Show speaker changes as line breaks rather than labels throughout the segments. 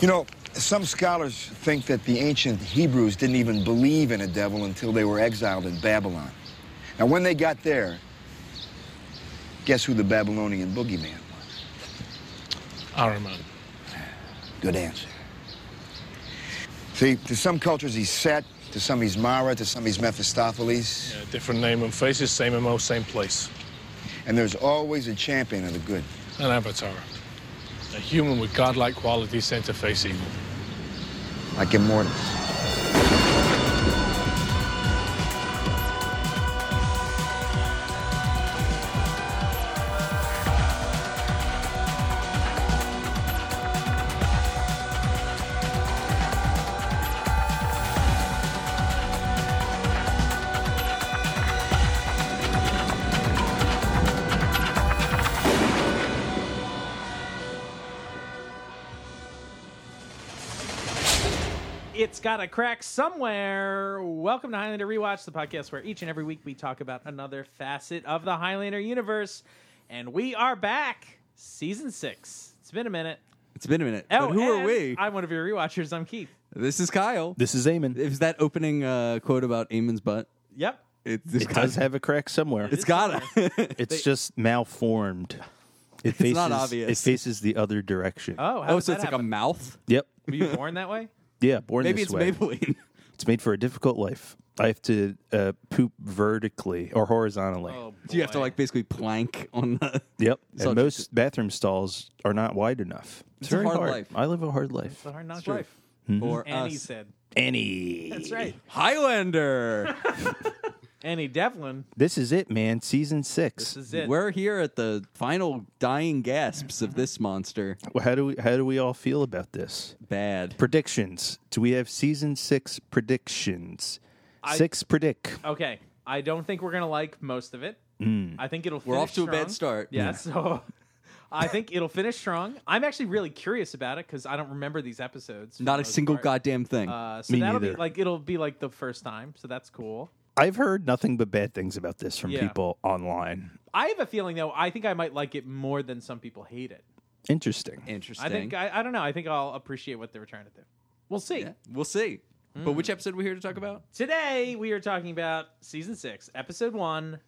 You know, some scholars think that the ancient Hebrews didn't even believe in a devil until they were exiled in Babylon. Now, when they got there, guess who the Babylonian boogeyman was?
Ahriman.
Good answer. See, to some cultures he's Set, to some he's Mara, to some he's Mephistopheles,
Yeah, different name and faces, same MO, same place.
and there's always a champion of the good.
An avatar. A human with godlike qualities sent to face evil.
like Immortus.
It's got a crack somewhere. Welcome to Highlander Rewatch, the podcast where each and every week we talk about another facet of the Highlander universe. And we are back, season six. It's been a minute.
It's been a minute. but who
Oh, and
are we?
I'm one of your rewatchers. I'm Keith.
this is Kyle.
This is Eamon.
It was that opening uh, quote about Eamon's butt.
Yep.
It,
It does have a crack somewhere.
It's gotta.
It's just malformed. It faces,
not obvious.
It faces the other direction.
Oh, how
oh,
does
so
that
it's like a
happen?
mouth.
Yep.
Were you born that way?
Yeah. Born
Maybe it's
this way.
Maybelline.
It's made for a difficult life. I have to uh, poop vertically or horizontally.
Oh,
Do you have to
boy.
like basically plank on the?
Yep.
It's all
And most bathroom stalls are not wide enough. It's,
a
very
hard life.
I live a hard life.
It's a hard knock life.
mm-hmm.
Or
Annie
us.
said.
Annie.
That's right.
Highlander.
Annie Devlin.
This is it, man. Season six.
This is it.
We're here at the final dying gasps of this monster.
Well, how do we how do we all feel about this?
Bad.
Predictions. Do we have season six predictions?
I-
six predict.
Okay. I don't think we're gonna like most of it. I think it'll.
Hmm. We're off
finish
to a bad
strong.
start.
Yeah. So. I think it'll finish strong. I'm actually really curious about it because I don't remember these episodes. for
Not
the
a
most
single
part.
goddamn thing.
Uh, so
Me
that'll be
neither.
like it'll be like the first time. So that's cool.
I've heard nothing but bad things about this from
Yeah.
people online.
I have a feeling though. I think I might like it more than some people hate it.
Interesting.
Interesting.
I think I, I don't know. I think I'll appreciate what they're trying to do. We'll see.
Yeah, We'll see. But
Hmm.
which episode are we here to talk about?
Today we are talking about season six, episode one,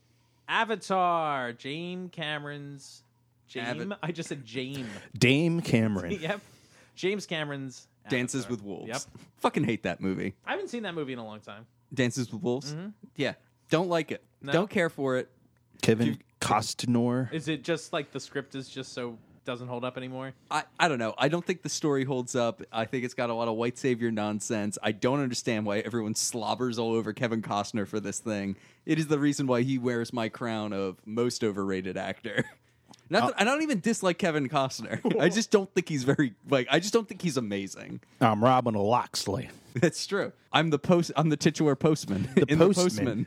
Avatar. Jane Cameron's. James.
Ava-
I just said Jane.
Dame Cameron.
yep. James Cameron's
Dances
Avatar.
with Wolves.
Yep.
Fucking hate that movie.
I haven't seen that movie in a long time.
Dances with Wolves. Yeah. Don't like it.
No.
Don't care for it.
Kevin Costner.
Is it just like the script is just so doesn't hold up anymore?
I, I don't know. I don't think the story holds up. I think it's got a lot of white savior nonsense. I don't understand why everyone slobbers all over Kevin Costner for this thing. It is the reason why he wears my crown of most overrated actor.
Uh,
Not that, I don't even dislike Kevin Costner. I just don't think he's very like. I just don't think he's amazing.
I'm um, Robin Loxley.
That's true. I'm the post. I'm the titular postman.
The
in
postman.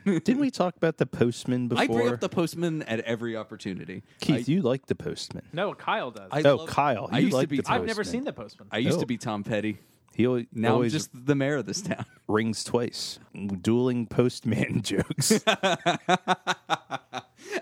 The postman.
Didn't we talk about the postman before?
I bring up the postman at every opportunity.
Keith, you like the postman.
No, Kyle does.
I
I,
oh,
love-
Kyle.
I
you
used to
like
be-
the
I've
have never
postman.
seen the postman.
I used
Oh.
to be Tom Petty.
He always,
Now
always
I'm just the mayor of this town.
rings twice. Dueling postman jokes.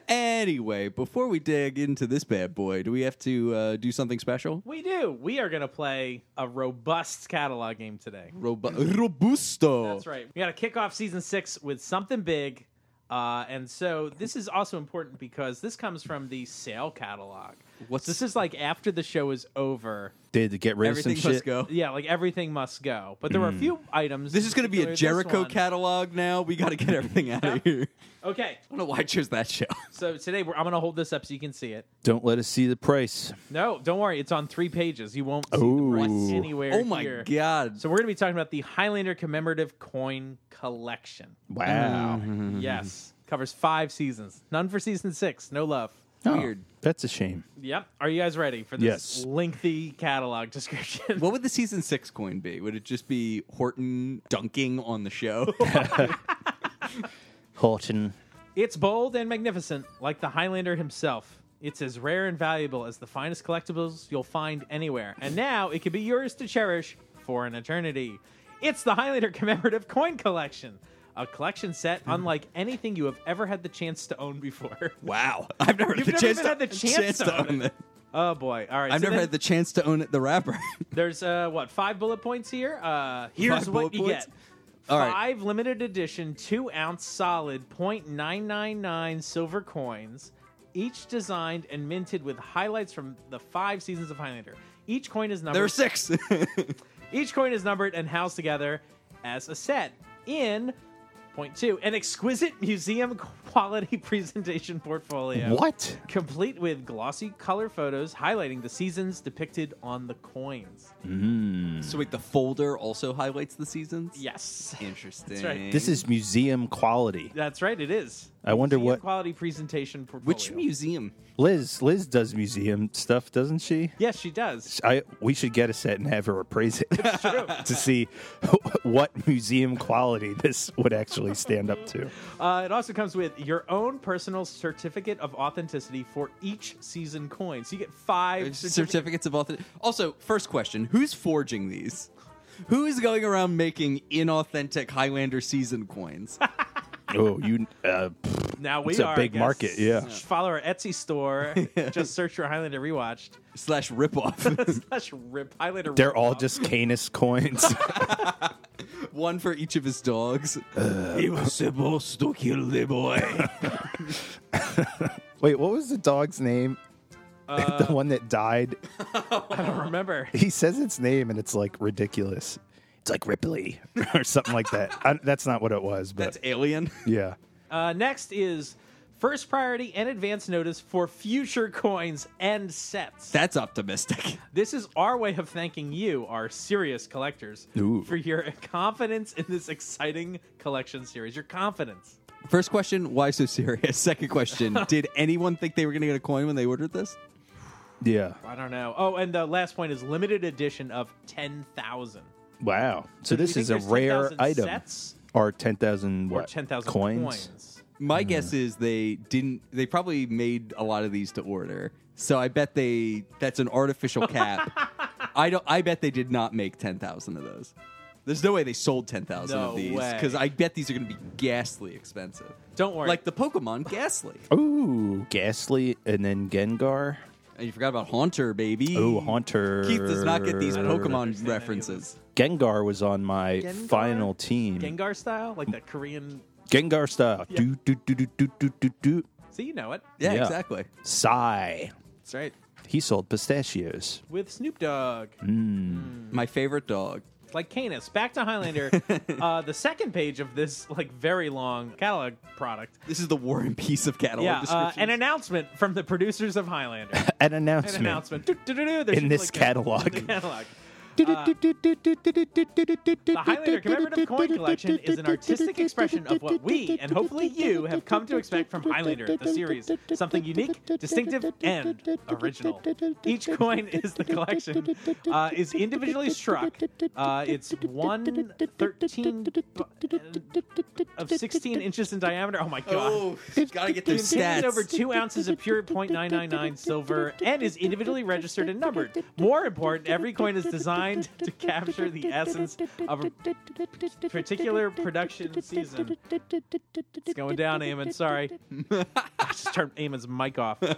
Anyway, before we dig into this bad boy, do we have to uh, do something special?
we do. We are gonna play a robust catalog game today.
Robu- Robusto.
That's right. We got to kick off season six with something big. Uh, and so this is also important because this comes from the sale catalog.
What's-
this is like after the show is over.
They had to get rid
Everything
of
must
some shit.
go.
Yeah, like everything must go. But there were a few items.
Oh. Mm. This is going to be a Jericho
catalog.
catalog now. We got to get everything out of here. I
Okay,
don't know why I chose that show.
so today we're, I'm going to hold this up so you can see it.
Don't let us see the price.
No, don't worry. It's on three pages. You won't see
Ooh.
the price anywhere.
oh my
here.
god.
So we're going to be talking about the Highlander commemorative coin collection.
Wow.
Mm-hmm.
Yes, covers five seasons. None for season six. No love.
Oh,
Weird.
That's a shame.
Yep. Are you guys ready for this
Yes.
lengthy catalog description?
What would the season six coin be? Would it just be Horton dunking on the show?
Horton.
It's bold and magnificent, like the Highlander himself. It's as rare and valuable as the finest collectibles you'll find anywhere. And now it can be yours to cherish for an eternity. It's the Highlander Commemorative Coin Collection, a collection set
Hmm.
unlike anything you have ever had the chance to own before.
wow. I've never
You've
had the
never
chance
even
to
had the chance to own
that.
Oh boy! All right.
I've
so
never
then
had the chance to own it, the rapper.
There's uh, what five bullet points here. Uh, here's
Five
what
bullet
you
points?
get.
All right.
Five limited edition two ounce solid .999 silver coins, each designed and minted with highlights from the five seasons of Highlander. Each coin is numbered.
there are six.
Each coin is numbered and housed together as a set in point two, an exquisite museum quality presentation portfolio.
What?
Complete with glossy color photos highlighting the seasons depicted on the coins.
so wait, the folder also highlights the seasons.
Yes.
Interesting.
right.
This is museum quality.
That's right, it is.
I wonder
Museum
what-
quality presentation portfolio.
Which museum?
Liz, Liz does museum stuff, doesn't she?
Yes, she does.
I we should get a set and have her appraise it
True.
to see what museum quality this would actually stand up to.
Uh, it also comes with your own personal certificate of authenticity for each season coin. So you get five certificates.
certificates of authentic. Also, first question: Who's forging these? Who is going around making inauthentic Highlander season coins?
Oh, you uh,
Now we
It's a
are I
big
guess.
market, yeah. Yeah.
Follow our Etsy store. just search for Highlander Rewatched.
slash ripoff.
Slash rip Highlander.
they're all
ripoff.
just Canis coins.
One for each of his dogs.
he was supposed to kill the boy. Wait, what was the dog's name? the one that died.
I don't remember.
He says its name, and it's like ridiculous. It's like Ripley or something like that. I, that's not what it was, but
That's alien.
yeah.
Uh, next is first priority and advance notice for future coins and sets.
That's optimistic.
this is our way of thanking you, our serious collectors,
Ooh.
for your confidence in this exciting collection series. Your confidence.
First question: Why so serious? Second question: Did anyone think they were going to get a coin when they ordered this?
Yeah.
I don't know. Oh, and the last point is limited edition of ten thousand.
Wow. So
do you
this
think
is a
there's
rare
10,000
item.
sets?
Or 10,000
or
what?
ten thousand
coins?
coins.
My guess is they didn't. They probably made a lot of these to order, so I bet they that's an artificial cap. I don't. I bet they did not make ten thousand of those. There's no way they sold ten thousand
No
of these
way.
because I bet these are going to be ghastly expensive.
Don't worry.
like the Pokemon ghastly.
Ooh, Ghastly and then Gengar.
Oh.
And you forgot about Haunter, baby.
Ooh, Haunter.
Keith does not get these
I don't
understand
Pokemon
any of
references.
Gengar was on my
Gengar?
final team.
Gengar style, like that Korean.
Gengar style.
Yeah.
Do, do, do, do, do, do, do, do.
So you know it.
Yeah,
Yeah.
exactly.
Sigh.
That's right.
He sold pistachios.
With Snoop Dogg,
Mm.
My favorite dog.
like Canis. Back to Highlander. uh, the second page of this like very long catalog product.
This is the War and Peace of catalog
Yeah, uh,
descriptions.
an announcement from the producers of Highlander.
An announcement.
An announcement Do-do-do-do. There's
In
just,
this
like, a-
catalog.
the catalog.
The
The Highlander Commemorative Coin Collection is an artistic expression of what we, and hopefully you, have come to expect from Highlander, the series. Something unique, distinctive, and original. Each coin is the collection, uh, is individually struck. Uh, it's one 13 bu- of 16 inches in diameter. Oh my god.
Oh, gotta get those
It contains
stats.
over two ounces of pure .999 silver and is individually registered and numbered. More important, every coin is designed to capture the essence of a particular production season. It's going down, Eamon. Sorry. I just turned Eamon's mic off. Hi,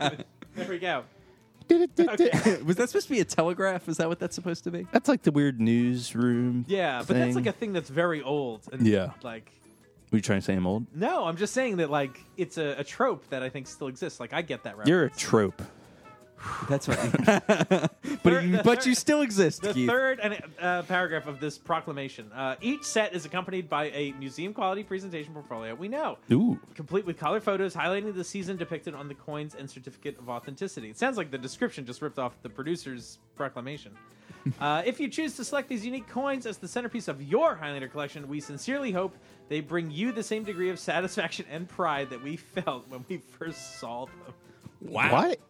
Eamon. There we go.
Was that supposed to be a telegraph? Is that what that's supposed to be?
That's like the weird newsroom.
Yeah, but that's like a thing that's very old. And
Yeah.
Like,
Were you trying to say I'm old?
no, I'm just saying that, like, it's a, a trope that I think still exists. Like, I get that right.
You're a trope.
That's right. but you,
the
but
third-
you still exist,
The
Keith.
third and, uh, paragraph of this proclamation. Uh, each set is accompanied by a museum quality presentation portfolio. We know.
Ooh.
Complete with color photos highlighting the season depicted on the coins and certificate of authenticity. It sounds like the description just ripped off the producer's proclamation. uh, if you choose to select these unique coins as the centerpiece of your Highlander collection, we sincerely hope they bring you the same degree of satisfaction and pride that we felt when we first saw them.
Wow.
What?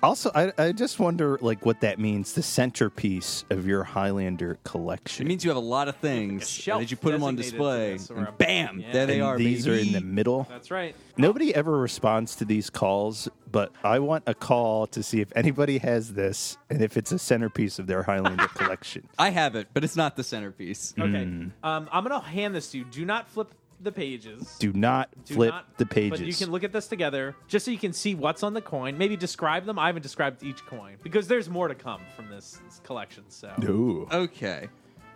Also, I, I just wonder like what that means. The centerpiece of your Highlander collection.
It means you have a lot of things.
shelf
and then you put them on
designated to
display.
this, or
and
a-
bam,
Yeah.
there they
And
are.
These are in
baby.
the middle.
That's right.
Nobody ever responds to these calls, but I want a call to see if anybody has this and if it's a centerpiece of their Highlander collection.
I have it, but it's not the centerpiece.
Okay. Um, I'm going to hand this to you. Do not flip the pages.
Do not
Do
flip
not-
the pages.
But you can look at this together just so you can see what's on the coin. Maybe describe them. I haven't described each coin because there's more to come from this collection. So
Ooh.
Okay.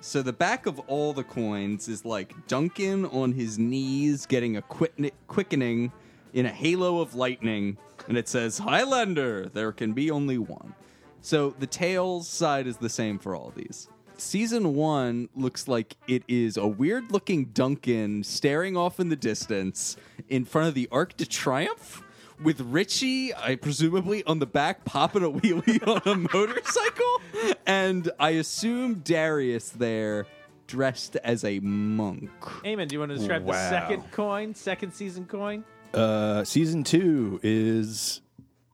So the back of all the coins is like Duncan on his knees getting a quick- quickening in a halo of lightning, and it says Highlander. There can be only one. So the tails side is the same for all these. Season one looks like it is a weird looking Duncan staring off in the distance in front of the Arc de Triomphe with Richie, I presumably on the back popping a wheelie on a motorcycle, and I assume Darius there dressed as a monk.
Eamon, do you want to describe the
Wow.
second coin, second season coin?
Uh, season two is.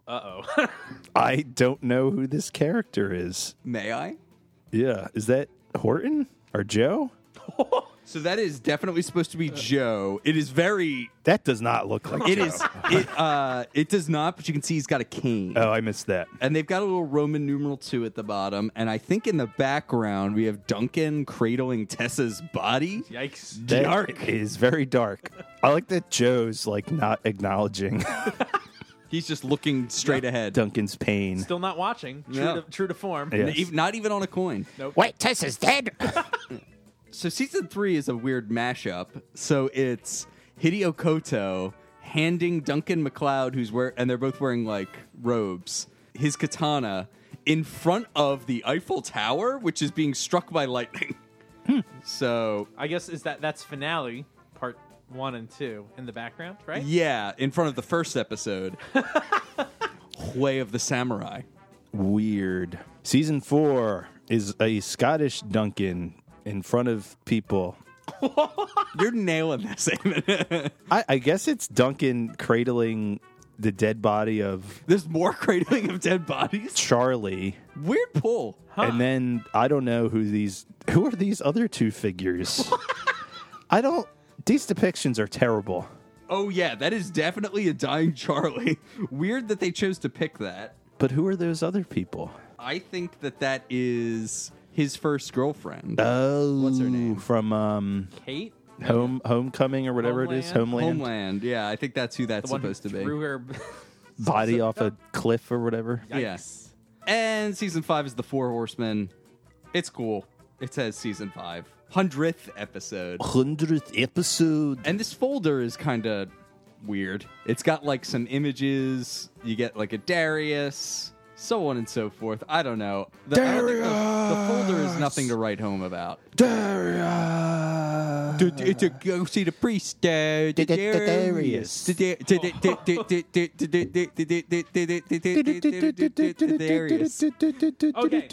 Uh oh.
I don't know who this character is.
May I?
Yeah. Is that Horton or Joe?
So that is definitely supposed to be Joe. It is very.
That does not look like
It
Joe.
is. It uh. It does not. But you can see he's got a cane.
Oh, I missed that.
and they've got a little Roman numeral two at the bottom. And I think in the background we have Duncan cradling Tessa's body.
Yikes.
That
Dark.
is very dark. I like that Joe's like not acknowledging
He's just looking straight ahead.
Duncan's pain.
Still not watching. True,
Yeah.
to, true to form.
Yeah.
Ev- Not even on a coin.
Wait, Tess is dead.
So season three is a weird mashup. So it's Hideo Koto handing Duncan McLeod, who's wear and they're both wearing like robes, his katana in front of the Eiffel Tower, which is being struck by lightning. So
I guess is that that's finale part one and two in the background, right?
yeah, in front of the first episode, Way of the Samurai.
Weird. Season four is a Scottish Duncan in front of people.
You're nailing this, Eamon.
I, I guess it's Duncan cradling the dead body of
There's more cradling of dead bodies.
Charlie.
Weird pull.
And then I don't know who these who are these other two figures. I don't these depictions are terrible.
Oh yeah, that is definitely a dying Charlie. Weird that they chose to pick that.
But who are those other people?
I think that that is his first girlfriend.
Uh,
Oh,
What's her name?
From um
Kate,
Home Homecoming or whatever it is,
Homeland?
Homeland,
Homeland. Yeah, I think that's who that's
the one who
supposed to be.
threw her.
body off a cliff or whatever.
Yes. And season five is the Four Horsemen. It's cool. It says season five. Hundredth episode.
Hundredth episode.
And this folder is kind of weird. It's got like some images. You get like a Darius, so on and so forth. I don't know. The, I don't think The, the folder is nothing to write home about.
Darius.
to, to, to go see the priest. Uh, the Darius. The da- to the- to- to- to- to- to- to- to- to- to- to- to- to- to- to- Darius.
Okay.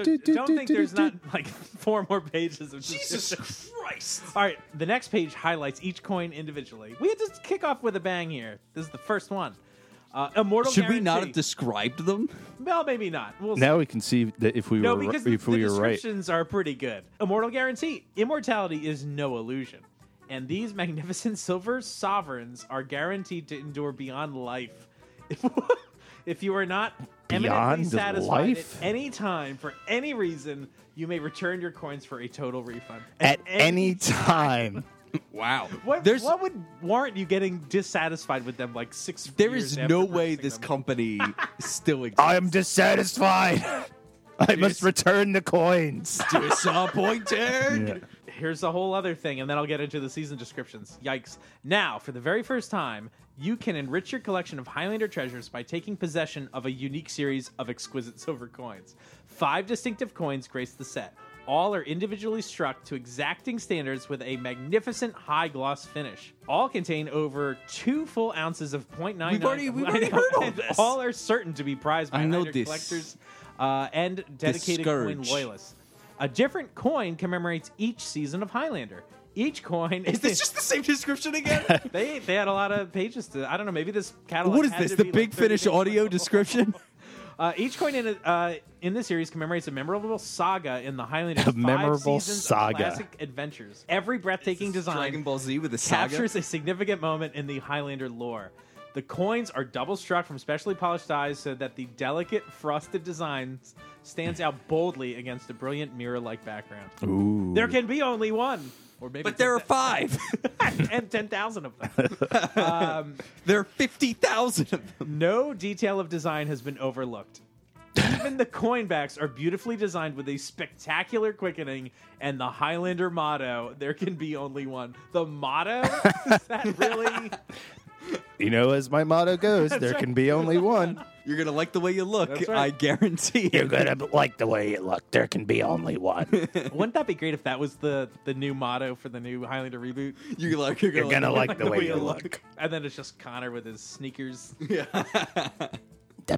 So don't think there's not like four more pages of just-
Jesus Christ.
All right, the next page highlights each coin individually. We had to kick off with a bang here. This is the first one. Uh, immortal.
Should we not have
guarantee.
described them?
Well, maybe not. We'll see.
Now we can see that if we
No,
were
because
if
the,
we
the
were right.
descriptions are pretty good. Immortal guarantee. Immortality is no illusion. And these magnificent silver sovereigns are guaranteed to endure beyond life. If, if you are not eminently
Beyond
satisfied at
life?
any time for any reason, you may return your coins for a total refund.
At any time.
Wow.
what,
There's
what would warrant you getting dissatisfied with them like six
there
years
is
after
no way
purchasing
this
them?
company still
I
exists.
am dissatisfied. I must return the coins.
Disappointed.
here's a whole other thing, and then I'll get into the season descriptions. Yikes. Now, for the very first time, you can enrich your collection of Highlander treasures by taking possession of a unique series of exquisite silver coins. Five distinctive coins grace the set. All are individually struck to exacting standards with a magnificent high gloss finish. All contain over two full ounces of 0.99.
We've already- we've already heard all
And
this.
All are certain to be prized by
I know
Highlander
this.
collectors uh, and dedicated coin
scourge.
loyalists. A different coin commemorates each season of Highlander. Each coin
Is this just the same description again?
they they had a lot of pages to. I don't know. Maybe this catalog.
What is
had
this?
to
The
be,
Big
like, 30
Finish
pages
audio
long.
description?
Uh, each coin in a, uh, in this series commemorates a memorable saga in the Highlander.
A memorable saga.
classic adventures. Every breathtaking design
Dragon Ball Z with a saga.
captures a significant moment in the Highlander lore. The coins are double struck from specially polished dies so that the delicate frosted design s- stands out boldly against a brilliant mirror like background.
Ooh.
There can be only one. Or maybe
But there are five.
and 10,000 of them.
there are 50,000 of them.
No detail of design has been overlooked. Even the coin backs are beautifully designed with a spectacular quickening and the Highlander motto, there can be only one. The motto? Is that really?
You know, as my motto goes, there can be only one.
You're going to like the way you look.
That's
I
right.
guarantee it.
gonna like the way you look. There can be only one.
Wouldn't that be great if that was the, the new motto for the new Highlander reboot?
You're, like, you're,
You're gonna like the way you
you
look.
And then it's just Connor with his sneakers.
The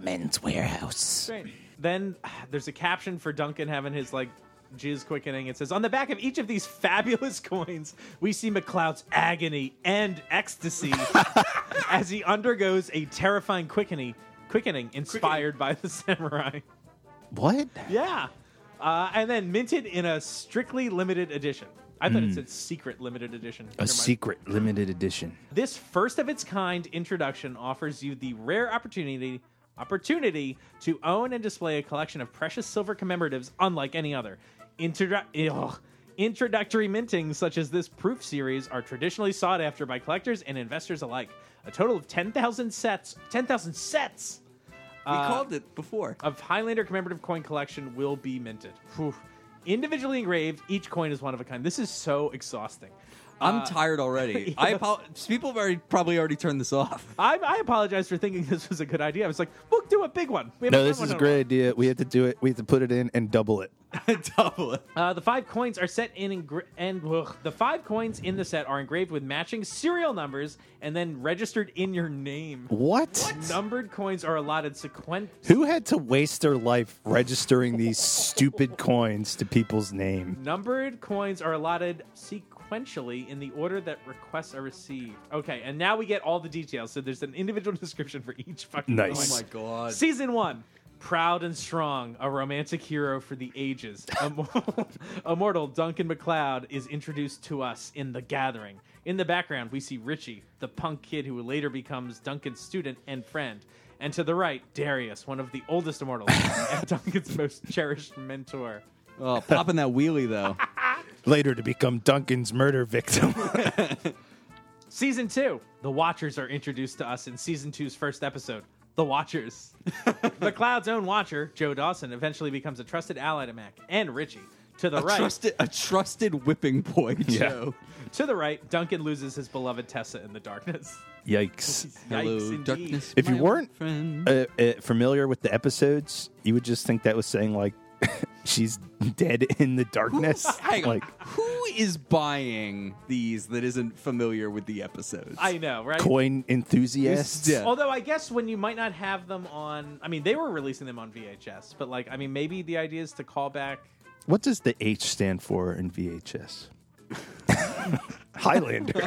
men's warehouse.
Great. Then ah, there's a caption for Duncan having his like jizz quickening. It says, On the back of each of these fabulous coins, we see McLeod's agony and ecstasy as he undergoes a terrifying quickening quickening inspired by the samurai.
What?
Yeah. Uh, and then minted in a strictly limited edition. I thought it said secret limited edition.
Hmm. A
Never mind.
secret limited edition.
This first of its kind introduction offers you the rare opportunity opportunity to own and display a collection of precious silver commemoratives unlike any other. Introdu- ugh. Introductory mintings such as this proof series are traditionally sought after by collectors and investors alike. A total of 10,000 sets, 10,000 sets
We called it before.
of Highlander commemorative coin collection will be minted. Whew. Individually engraved, each coin is one of a kind. This is so exhausting.
I'm tired already. I apologize. People have already, probably already turned this off.
I, I apologize for thinking this was a good idea. I was like, "Look, do a big one." We haven't
No, this
done
is a
one in while.
great idea. We have to do it. We have to put it in and double it.
Double it.
Uh, the five coins are set in engra- and ugh, the five coins in the set are engraved with matching serial numbers and then registered in your name.
What?
Numbered coins are allotted sequen-
Who had to waste their life registering these stupid coins to people's name?
numbered coins are allotted sequentially in the order that requests are received. Okay, and now we get all the details. So there's an individual description for each fucking
Nice.
coin.
Oh my god.
Season one. Proud and strong, a romantic hero for the ages, immortal, immortal Duncan MacLeod is introduced to us in The Gathering. In the background, we see Richie, the punk kid who later becomes Duncan's student and friend. And to the right, Darius, one of the oldest immortals and Duncan's most cherished mentor.
Oh, popping that wheelie though.
Later to become Duncan's murder victim.
Season two, The Watchers are introduced to us in season two's first episode. The Watchers. McLeod's own watcher, Joe Dawson, eventually becomes a trusted ally to Mac and Richie. To the
A
right,
trusted, a trusted whipping boy, Joe.
to the right, Duncan loses his beloved Tessa in the darkness.
Yikes.
Hello,
Yikes, indeed.
darkness.
If you
my
weren't-
old friend.
Uh, uh, familiar with the episodes, you would just think that was saying, like, she's dead in the darkness.
Hang on.
like,
who is buying these that isn't familiar with the episodes?
I know, right?
coin enthusiasts.
Yes, yeah.
Although I guess when you might not have them on, I mean, they were releasing them on VHS, but like, I mean, maybe the idea is to call back.
What does the H stand for in VHS? Highlander.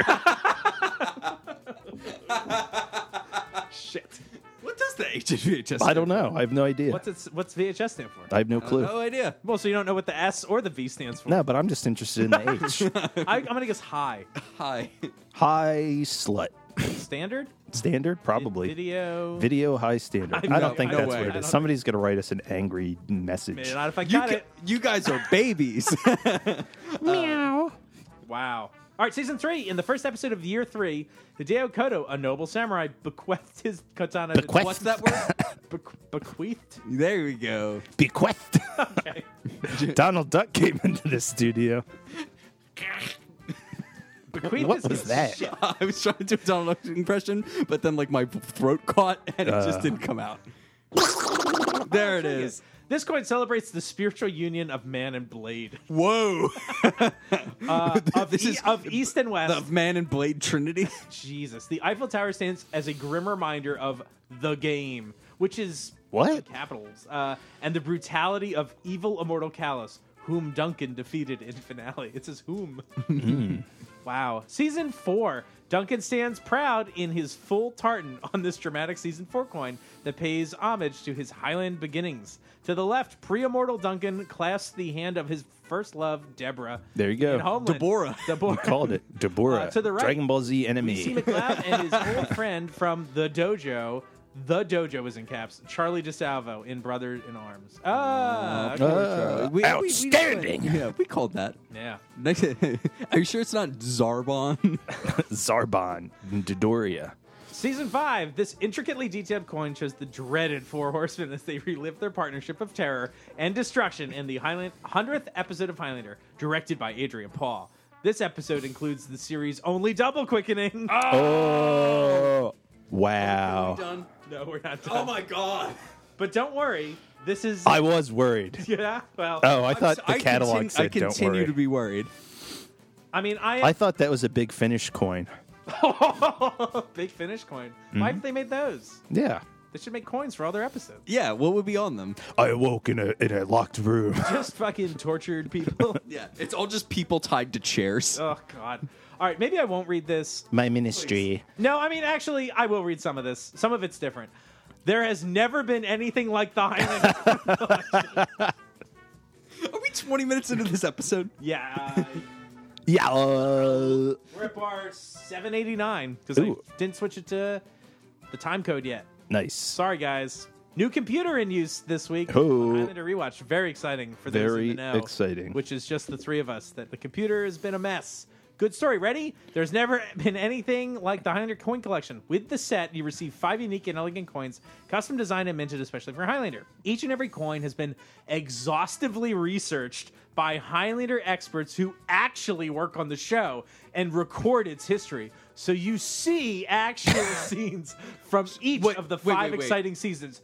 Shit.
What does the HVHS?
I don't know. I have no idea.
What's it? What's VHS stand for?
I have no clue.
No idea.
Well, so you don't know what the S or the V stands for.
No, but I'm just interested in the H.
I, I'm gonna guess high.
Hi.
high slut.
Standard.
Standard? Probably.
Video.
Video high standard. I,
I-
don't
no,
think
no
that's
way.
what
I
it
don't
is. Somebody's going to write us an angry message.
Man, not if I
You,
got
gu-
it.
you guys are babies.
Meow.
Wow. All right, season three. In the first episode of year three, Hideo Koto, a noble samurai, bequeathed his katana. to-
Bequeath?
What's that word?
Bequ- bequeathed.
there we go.
Bequest.
Okay.
Donald Duck came into the studio.
Bequeathed
What
his-
was that?
I was trying to do a Donald Duck impression, but then like my throat caught and it
Uh.
just didn't come out. there it is.
This coin celebrates the spiritual union of man and blade,
Whoa.
of,
This
e-
is-
of east and west.
of Man and Blade Trinity.
Jesus, the Eiffel Tower stands as a grim reminder of the game, which is
What?
capitals, uh, and the brutality of evil immortal Callus, whom Duncan defeated in finale. It says whom.
Hmm.
wow. Season four. Duncan stands proud in his full tartan on this dramatic season four coin that pays homage to his Highland beginnings. To the left, pre-immortal Duncan clasps the hand of his first love, Deborah.
There you go.
in Homeland.
Deborah.
Deborah.
Called it Deborah.
Uh, to the right.
Dragon Ball Z
We see
enemy.
McLeod and his old friend from the dojo. The dojo is in caps. Charlie DeSalvo in Brother in Arms. Ah, okay.
Uh,
We- we- we-
outstanding.
yeah, we called that.
yeah.
Next, are you sure it's not Zarbon?
Zarbon. Dodoria.
Season five. This intricately detailed coin shows the dreaded four horsemen as they relive their partnership of terror and destruction in the Highland hundredth episode of Highlander, directed by Adrian Paul. This episode includes the series only double quickening.
Ah!
Oh. Wow.
Done.
no, we're not. Done.
Oh my god!
But don't worry. This is
I was worried.
yeah. Well,
Oh, I thought
I
the catalog
continu-
said
I
don't
continue
worry.
to be worried.
I mean, I
I thought that was a big finish coin.
Big finish coin. Why have they made those?
Yeah.
They should make coins for all their episodes.
Yeah, what would be on them?
I awoke in a in a locked room.
Just fucking tortured people.
Yeah, it's all just people tied to chairs.
oh god. All right, maybe I won't read this.
My ministry.
No, I mean actually, I will read some of this. Some of it's different. There has never been anything like the Highlander.
Are we 20 minutes into this episode?
yeah, uh,
Yeah. uh,
we're at bar 789 because I
Ooh.
didn't switch it to the time code yet.
nice.
Sorry, guys. New computer in use this week.
Oh.
on Highlander rewatch. Very exciting for those
Very
in the know.
exciting.
Which is just the three of us. That the computer has been a mess. Good story. Ready? There's never been anything like the Highlander coin collection. With the set, you receive five unique and elegant coins, custom designed and minted especially for Highlander. Each and every coin has been exhaustively researched by Highlander experts who actually work on the show and record its history. So you see actual scenes from each
Wait,
of the
wait, wait,
five
wait.
exciting seasons.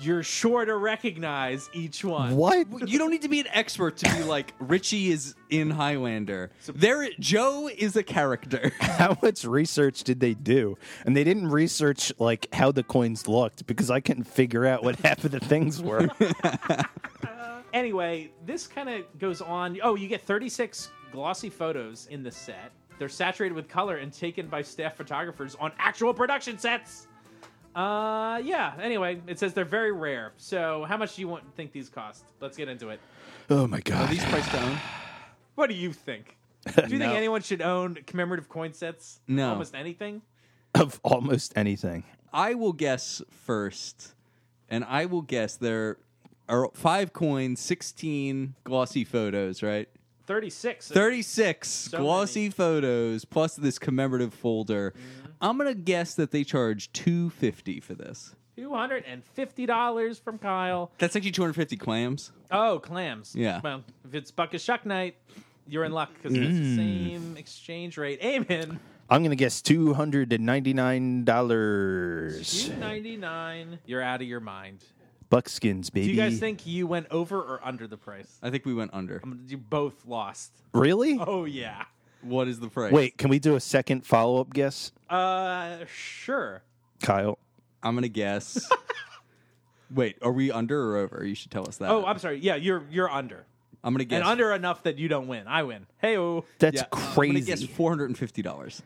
You're sure to recognize each one.
What?
You don't need to be an expert to be like Richie is in Highlander. There, Joe is a character.
How much research did they do? And they didn't research like how the coins looked because I couldn't figure out what half of the things were.
Anyway, this kind of goes on. Oh, you get 36 glossy photos in the set. They're saturated with color and taken by staff photographers on actual production sets. Uh, yeah. Anyway, it says they're very rare. So, how much do you want think these cost? Let's get into it.
oh my
Are
god.
these priced down?
What do you think? Do you think anyone should own commemorative coin sets?
No.
Almost anything.
of almost anything.
I will guess first, and I will guess there are five coins, 16 glossy photos, right?
36.
36 glossy
many. Mm-hmm.
photos plus this commemorative folder. I'm going to guess that they charge 250 for this.
$250 from Kyle.
That's actually 250 clams.
Oh, clams.
Yeah.
Well, if it's Buck of Shuck Night, you're in luck because it's
Mm.
the same exchange rate. Amen.
I'm gonna guess two hundred and ninety nine dollars.
299. You're out of your mind.
Buckskins, baby.
Do you guys think you went over or under the price? Um,
I think we went under.
You both lost.
really?
Oh, yeah.
What is the price?
Wait, can we do a second follow up guess,
Uh, sure.
Kyle?
I'm going to guess. Wait, are we under or over? You should tell us that.
Oh, I'm sorry. Yeah, you're you're under.
I'm going to guess.
And under enough that you don't win. I win. Hey, oh.
That's
Yeah, I'm going to
crazy.
guess $450.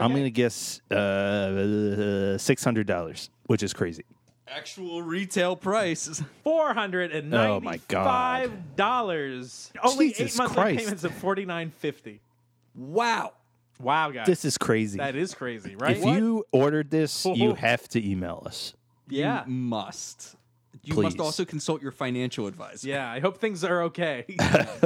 I'm gonna guess uh, six hundred dollars, which is crazy.
Actual retail price.
Four hundred and
Oh, my God.
ninety-five dollars. Only
Oh, Jesus
eight monthly
Christ.
payments of forty-nine fifty.
Wow.
Wow, guys,
This is crazy.
that is crazy, right?
if you ordered this,
Oh.
you have to email us.
yeah,
You must. You must
Please.
also consult your financial advisor.
Yeah, I hope things are okay.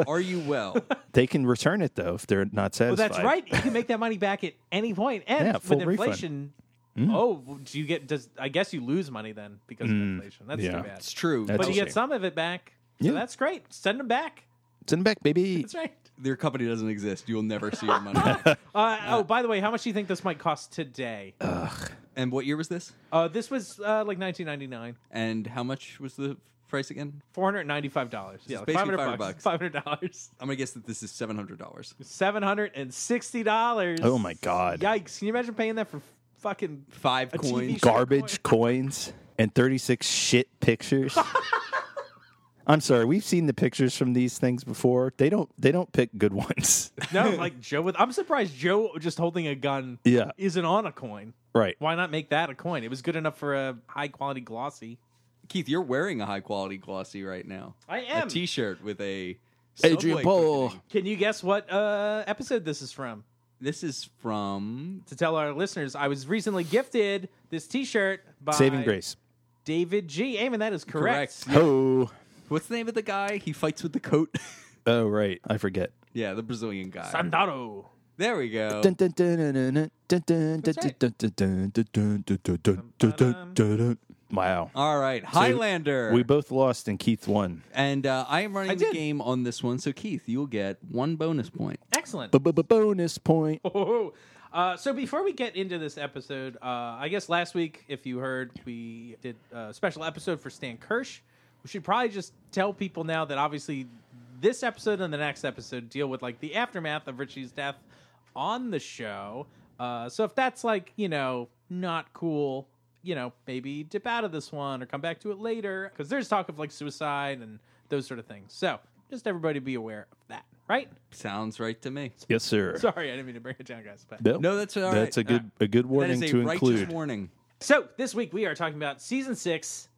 Are you well?
They can return it though if they're not
well,
satisfied.
Oh, that's right. You can make that money back at any point, and
Yeah, full Mm.
with inflation. Oh, do you get? Does I guess you lose money then because of inflation? That's
yeah.
too bad.
It's true.
That's
But you
true.
get some of it back. So
Yeah.
that's great. Send them back.
Send it back, baby.
That's right.
Their company doesn't exist. You'll never see your money.
Uh, oh, by the way, how much do you think this might cost today?
Uh.
and what year was this?
Uh, this was uh, like 1999.
And how much was the price again?
Four hundred ninety-five dollars. Yeah,
It's
like five
basically
hundred bucks. Five hundred dollars.
I'm gonna guess that this is seven hundred dollars.
Seven hundred and sixty dollars.
Oh my god.
Yikes! Can you imagine paying that for fucking?
Five
A TV
coins.
show.
Garbage coins and thirty six shit pictures. I'm sorry, we've seen the pictures from these things before. They don't they don't pick good ones.
No, like Joe with. I'm surprised Joe just holding a gun
Yeah.
isn't on a coin.
right.
Why not make that a coin? It was good enough for a high quality glossy.
Keith, you're wearing a high quality glossy right now.
I
A
am.
T-shirt with a
Adrian
Subway
Paul.
cooking.
Can you guess what uh, episode this is from?
This is from
To tell our listeners, I was recently gifted this t shirt by
Saving grace.
David G. Amen, that is correct.
correct.
Oh.
What's the name of the guy? He fights with the coat.
Oh right, I forget.
yeah, the Brazilian guy.
Sandaro.
There we go.
Dun, dun, dun, dun, dun, dun, dun, dun,
right.
dun, dun, dun, dun, dun, dun, dun, dun, dun, dun, dun, dun. Wow.
All right, Highlander.
We both lost and Keith won.
and uh, I am running
I
the
did.
game on this one, so Keith, you will get one bonus point.
Excellent.
Bonus point.
Oh, uh, so before we get into this episode, uh, I guess last week, if you heard, we did a special episode for Stan Kirsch. We should probably just tell people now that obviously this episode and the next episode deal with like the aftermath of Richie's death on the show. Uh, so if that's like you know not cool, you know maybe dip out of this one or come back to it later because there's talk of like suicide and those sort of things. So just everybody be aware of that, right?
Sounds right to me.
Yes, sir.
Sorry, I didn't mean to bring it down, guys. But
No, that's all
That's a
right. Uh,
good a good
That
warning
is a
to
righteous
include.
warning.
So this week we are talking about season six,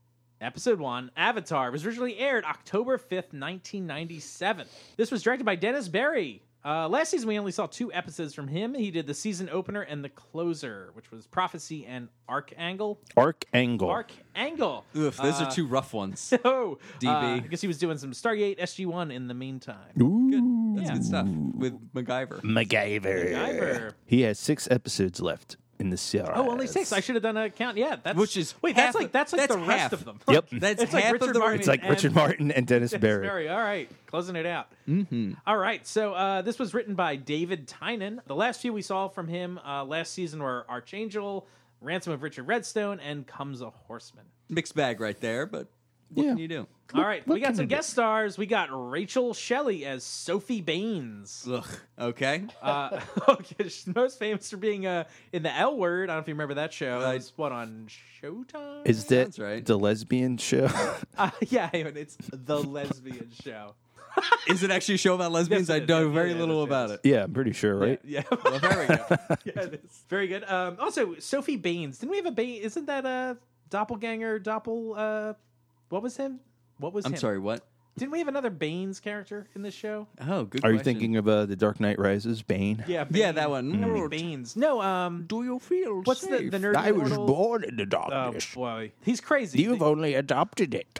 episode one. Avatar was originally aired October fifth, nineteen ninety seven. This was directed by Dennis Barry. Uh, last season we only saw two episodes from him. He did the season opener and the closer, which was Prophecy and Arcangle.
Arc angle.
Arcangle.
Oof, those
Uh,
are two rough ones.
Oh,
DB.
uh, I guess he was doing some Stargate SG one in the meantime.
Ooh.
That's good stuff with MacGyver.
MacGyver.
MacGyver.
He has six episodes left in the series.
Oh, only six. I should have done a count. Yeah, that's
Which is
wait.
half
That's
of-
like that's like
that's
the rest
half.
of them.
Yep.
That's
It's like
half
Richard
of the
Martin.
It's like
And-
Richard Martin and Dennis Barry.
Barry, all right, closing it out.
Mm-hmm.
All right, so uh, this was written by David Tynan. The last few we saw from him uh, last season were Archangel, Ransom of Richard Redstone, and Comes a Horseman.
Mixed bag right there, but what
Yeah.
can you do?
All right,
what
we got
can
some
you do?
guest stars. We got Rachel Shelley as Sophie Baines.
Ugh. Okay.
Uh, okay, she's most famous for being uh, in the L Word. I don't know if you remember that show.
I-
That was, what on Showtime?
Is that
Sounds right.
the lesbian show?
uh, yeah, and it's the Lesbian Show.
is it actually a show about lesbians?
Yes, it
I
is.
know
Yeah,
very
yeah,
little
that's it.
about it.
yeah, I'm pretty sure, right?
Yeah.
Well, there we go.
yeah, it is. Very good. Um, also, Sophie Baines. Didn't we have a Baines? Isn't that a doppelganger? Doppel. Uh, what was him? What was
I'm
him?
sorry, what?
Didn't we have another Baines character in this show?
Oh, good
Are you
question.
thinking of uh, The Dark Knight Rises, Bane?
Yeah,
Yeah, that one.
Baines. Baines. No. Um.
Do you feel
What's the
safe?
the nerd? immortal-
in the
Oh boy, he's crazy.
only adopted it.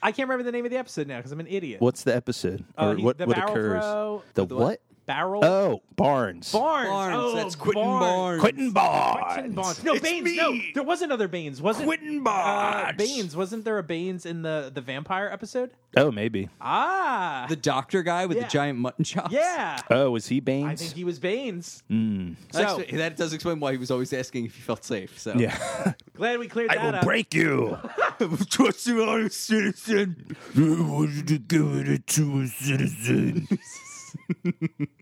I can't remember the name of the episode now because I'm an idiot.
What's the episode?
Uh,
or
he-
what,
the
what
barrel
occurs?
throw-
the what?
Barrel.
Oh, Barnes.
Barnes.
Barnes?
Oh,
That's Quentin
Barnes.
Barnes.
Quentin Barnes.
Quentin Barnes. No, Baines. No, there was another Baines. Wasn't
Quentin
uh,
Barnes.
Baines? Wasn't there a Baines in the the vampire episode?
Oh, maybe.
Ah,
The doctor guy with
Yeah.
the giant mutton chops?
yeah.
Oh, was he Baines?
I think he was Baines.
Hmm.
That's-
So
that does explain why he was always asking if he felt safe. So
yeah.
glad we cleared that up.
break you.
trust you on a citizen.
I wanted to give it to a citizen.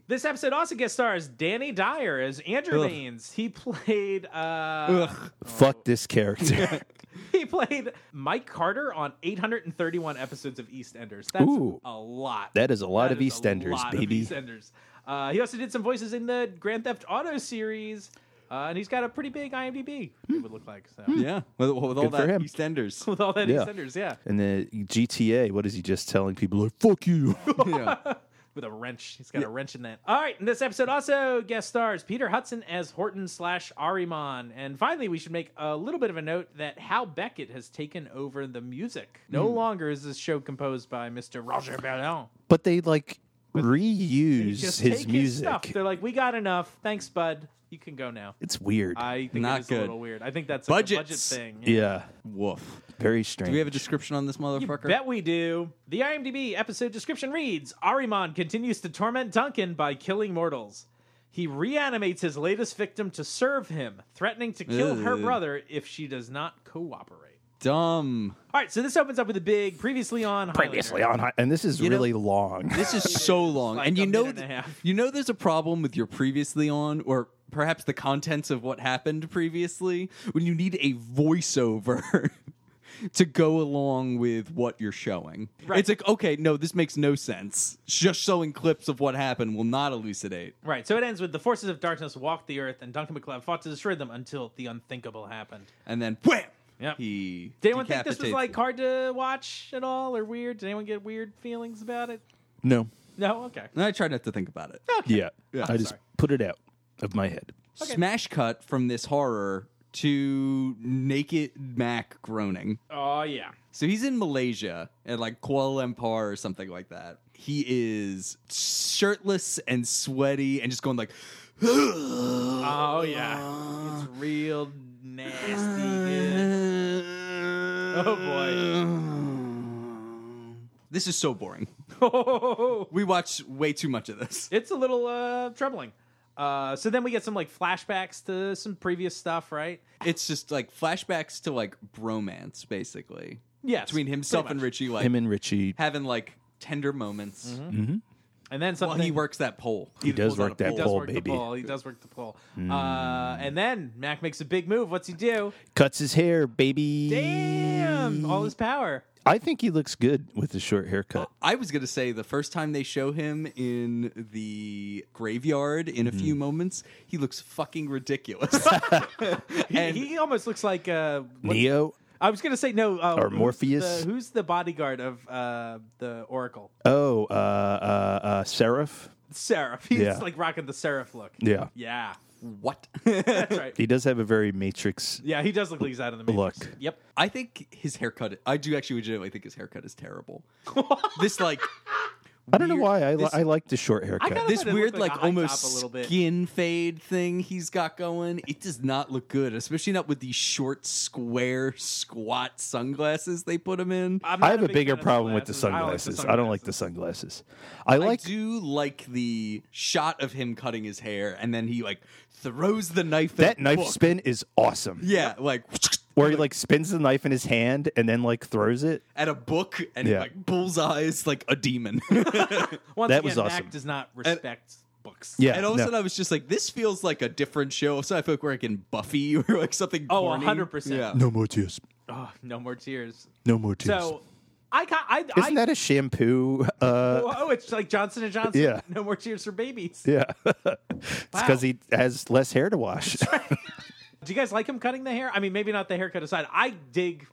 This episode also guest stars Danny Dyer as Andrew
Ugh.
Baines. He played uh,
Ugh.
Fuck this character.
he played Mike Carter on 831 episodes of EastEnders. That's
Ooh.
a lot.
That is a lot
That
of
is a
EastEnders,
lot of
baby.
EastEnders. Uh, he also did some voices in the Grand Theft Auto series, uh, and he's got a pretty big IMDb. It would look like so.
Yeah. With, with all
Good for
that
him.
EastEnders.
With all that
Hmm. Yeah.
EastEnders, yeah,
and the GTA, what is he just telling people? Like, fuck you.
yeah.
with a wrench. He's got a wrench in that. All right, in this episode also guest stars Peter Hudson as Horton slash Ariman. And finally, we should make a little bit of a note that Hal Beckett has taken over the music.
Hmm.
No longer is this show composed by Mr. Roger Bellon.
but they like reuse
Just take
his music.
stuff. They're like, we got enough. Thanks, bud. You can go now.
it's weird.
I think
Not
it is a
good.
little weird. I think that's like a budget
Budgets.
thing.
yeah.
Woof.
Very strange.
Do we have a description on this motherfucker?
Bet we do. The IMDb episode description reads Ariman continues to torment Duncan by killing mortals. He reanimates his latest victim to serve him, threatening to kill her
Ugh.
brother if she does not cooperate.
Dumb.
All right, so this opens up with a big previously on Highlander.
previously on high, and this is
know-
really long.
This is so long,
like
and
a
you know,
minute and a
th-
half.
you know, there's a problem with your previously on, or perhaps the contents of what happened previously, when you need a voiceover. to go along with what you're showing.
Right.
It's like, okay, no, this makes no sense. Just showing clips of what happened will not elucidate.
Right, so it ends with the forces of darkness walked the earth, and Duncan McLeod fought to destroy them until the unthinkable happened.
And then wham!
Yep.
He
Did anyone think this was
decapitates
like
them.
hard to watch at all or weird? Did anyone get weird feelings about it?
No.
No, okay.
I try not to think about it.
Oh,
Yeah.
Yeah,
I just
sorry.
put it out of my head.
Smash cut from this horror to naked Mac groaning.
Oh yeah.
So he's in Malaysia at like Kuala Lumpur or something like that. He is shirtless and sweaty and just going like,
Oh yeah. It's real nasty. dude. Oh,
boy. This is so boring. We watch way too much of this.
it's a little uh, troubling. Uh, so then we get some like flashbacks to some previous stuff, right?
It's just like flashbacks to like bromance, basically.
Yes.
Between himself
pretty
and
much.
Richie, like
Him and Richie.
having like tender moments
Mm-hmm. And then
while
something
he works that pole.
He does
pulls out
work
a
that
He
pole.
does
Pole,
work
baby. Hmm.
the pole. He does work the pole. Uh, and then Mac makes a big move. What's he do?
Cuts his hair, baby.
Damn! All his power.
I think he looks good with the short haircut.
I was gonna say the first time they show him in the graveyard in a few
Mm-hmm.
moments, he looks fucking ridiculous.
He,
And-
he almost looks like uh, what's-
Neo.
I was gonna say no. Uh,
Or
who's
Morpheus.
the- who's the bodyguard of uh, the Oracle?
Oh, uh, uh, uh, Seraph.
Seraph. He's
Yeah.
like rocking the Seraph look.
Yeah.
Yeah,
what?
that's right.
He does have a very Matrix.
Yeah, he does look like he's out of the Matrix.
Look.
Yep.
I think his haircut. I do actually legitimately think his haircut is terrible. this like
I don't know
weird-
why I, li-
this-
I like the short haircut.
kinda-
this
thought it
weird
looked like
like,
a high
almost
top a little bit.
skin fade thing he's got going it does not look good especially not with these short square squat sunglasses they put him in i,
I'm not
I have a
big
bigger
fan of
problem with the sunglasses. I don't like the
sunglasses.
sunglasses. I like
do like the shot of him cutting his hair and then he like throws the knife at
that
the
knife
book.
spin is awesome.
yeah like
Where he like spins the knife in his hand and then like throws it.
at a book and
Yeah.
he like bullseyes like a demon
Once
That
again,
was awesome.
Mac does not respect books.
Yeah.
and all of a
no.
sudden I was just like, this feels like a different show. So I feel like we're like in Buffy or like something.
Oh,
corny.
100%.
Yeah.
no more tears.
Oh, no more tears.
No more tears.
So I ca I, I
Isn't that a shampoo? Uh,
oh, it's like Johnson and Johnson.
Yeah.
No more tears for babies.
yeah. it's because he has less hair to wash.
Do you guys like him cutting the hair? I mean, maybe not the haircut aside. I dig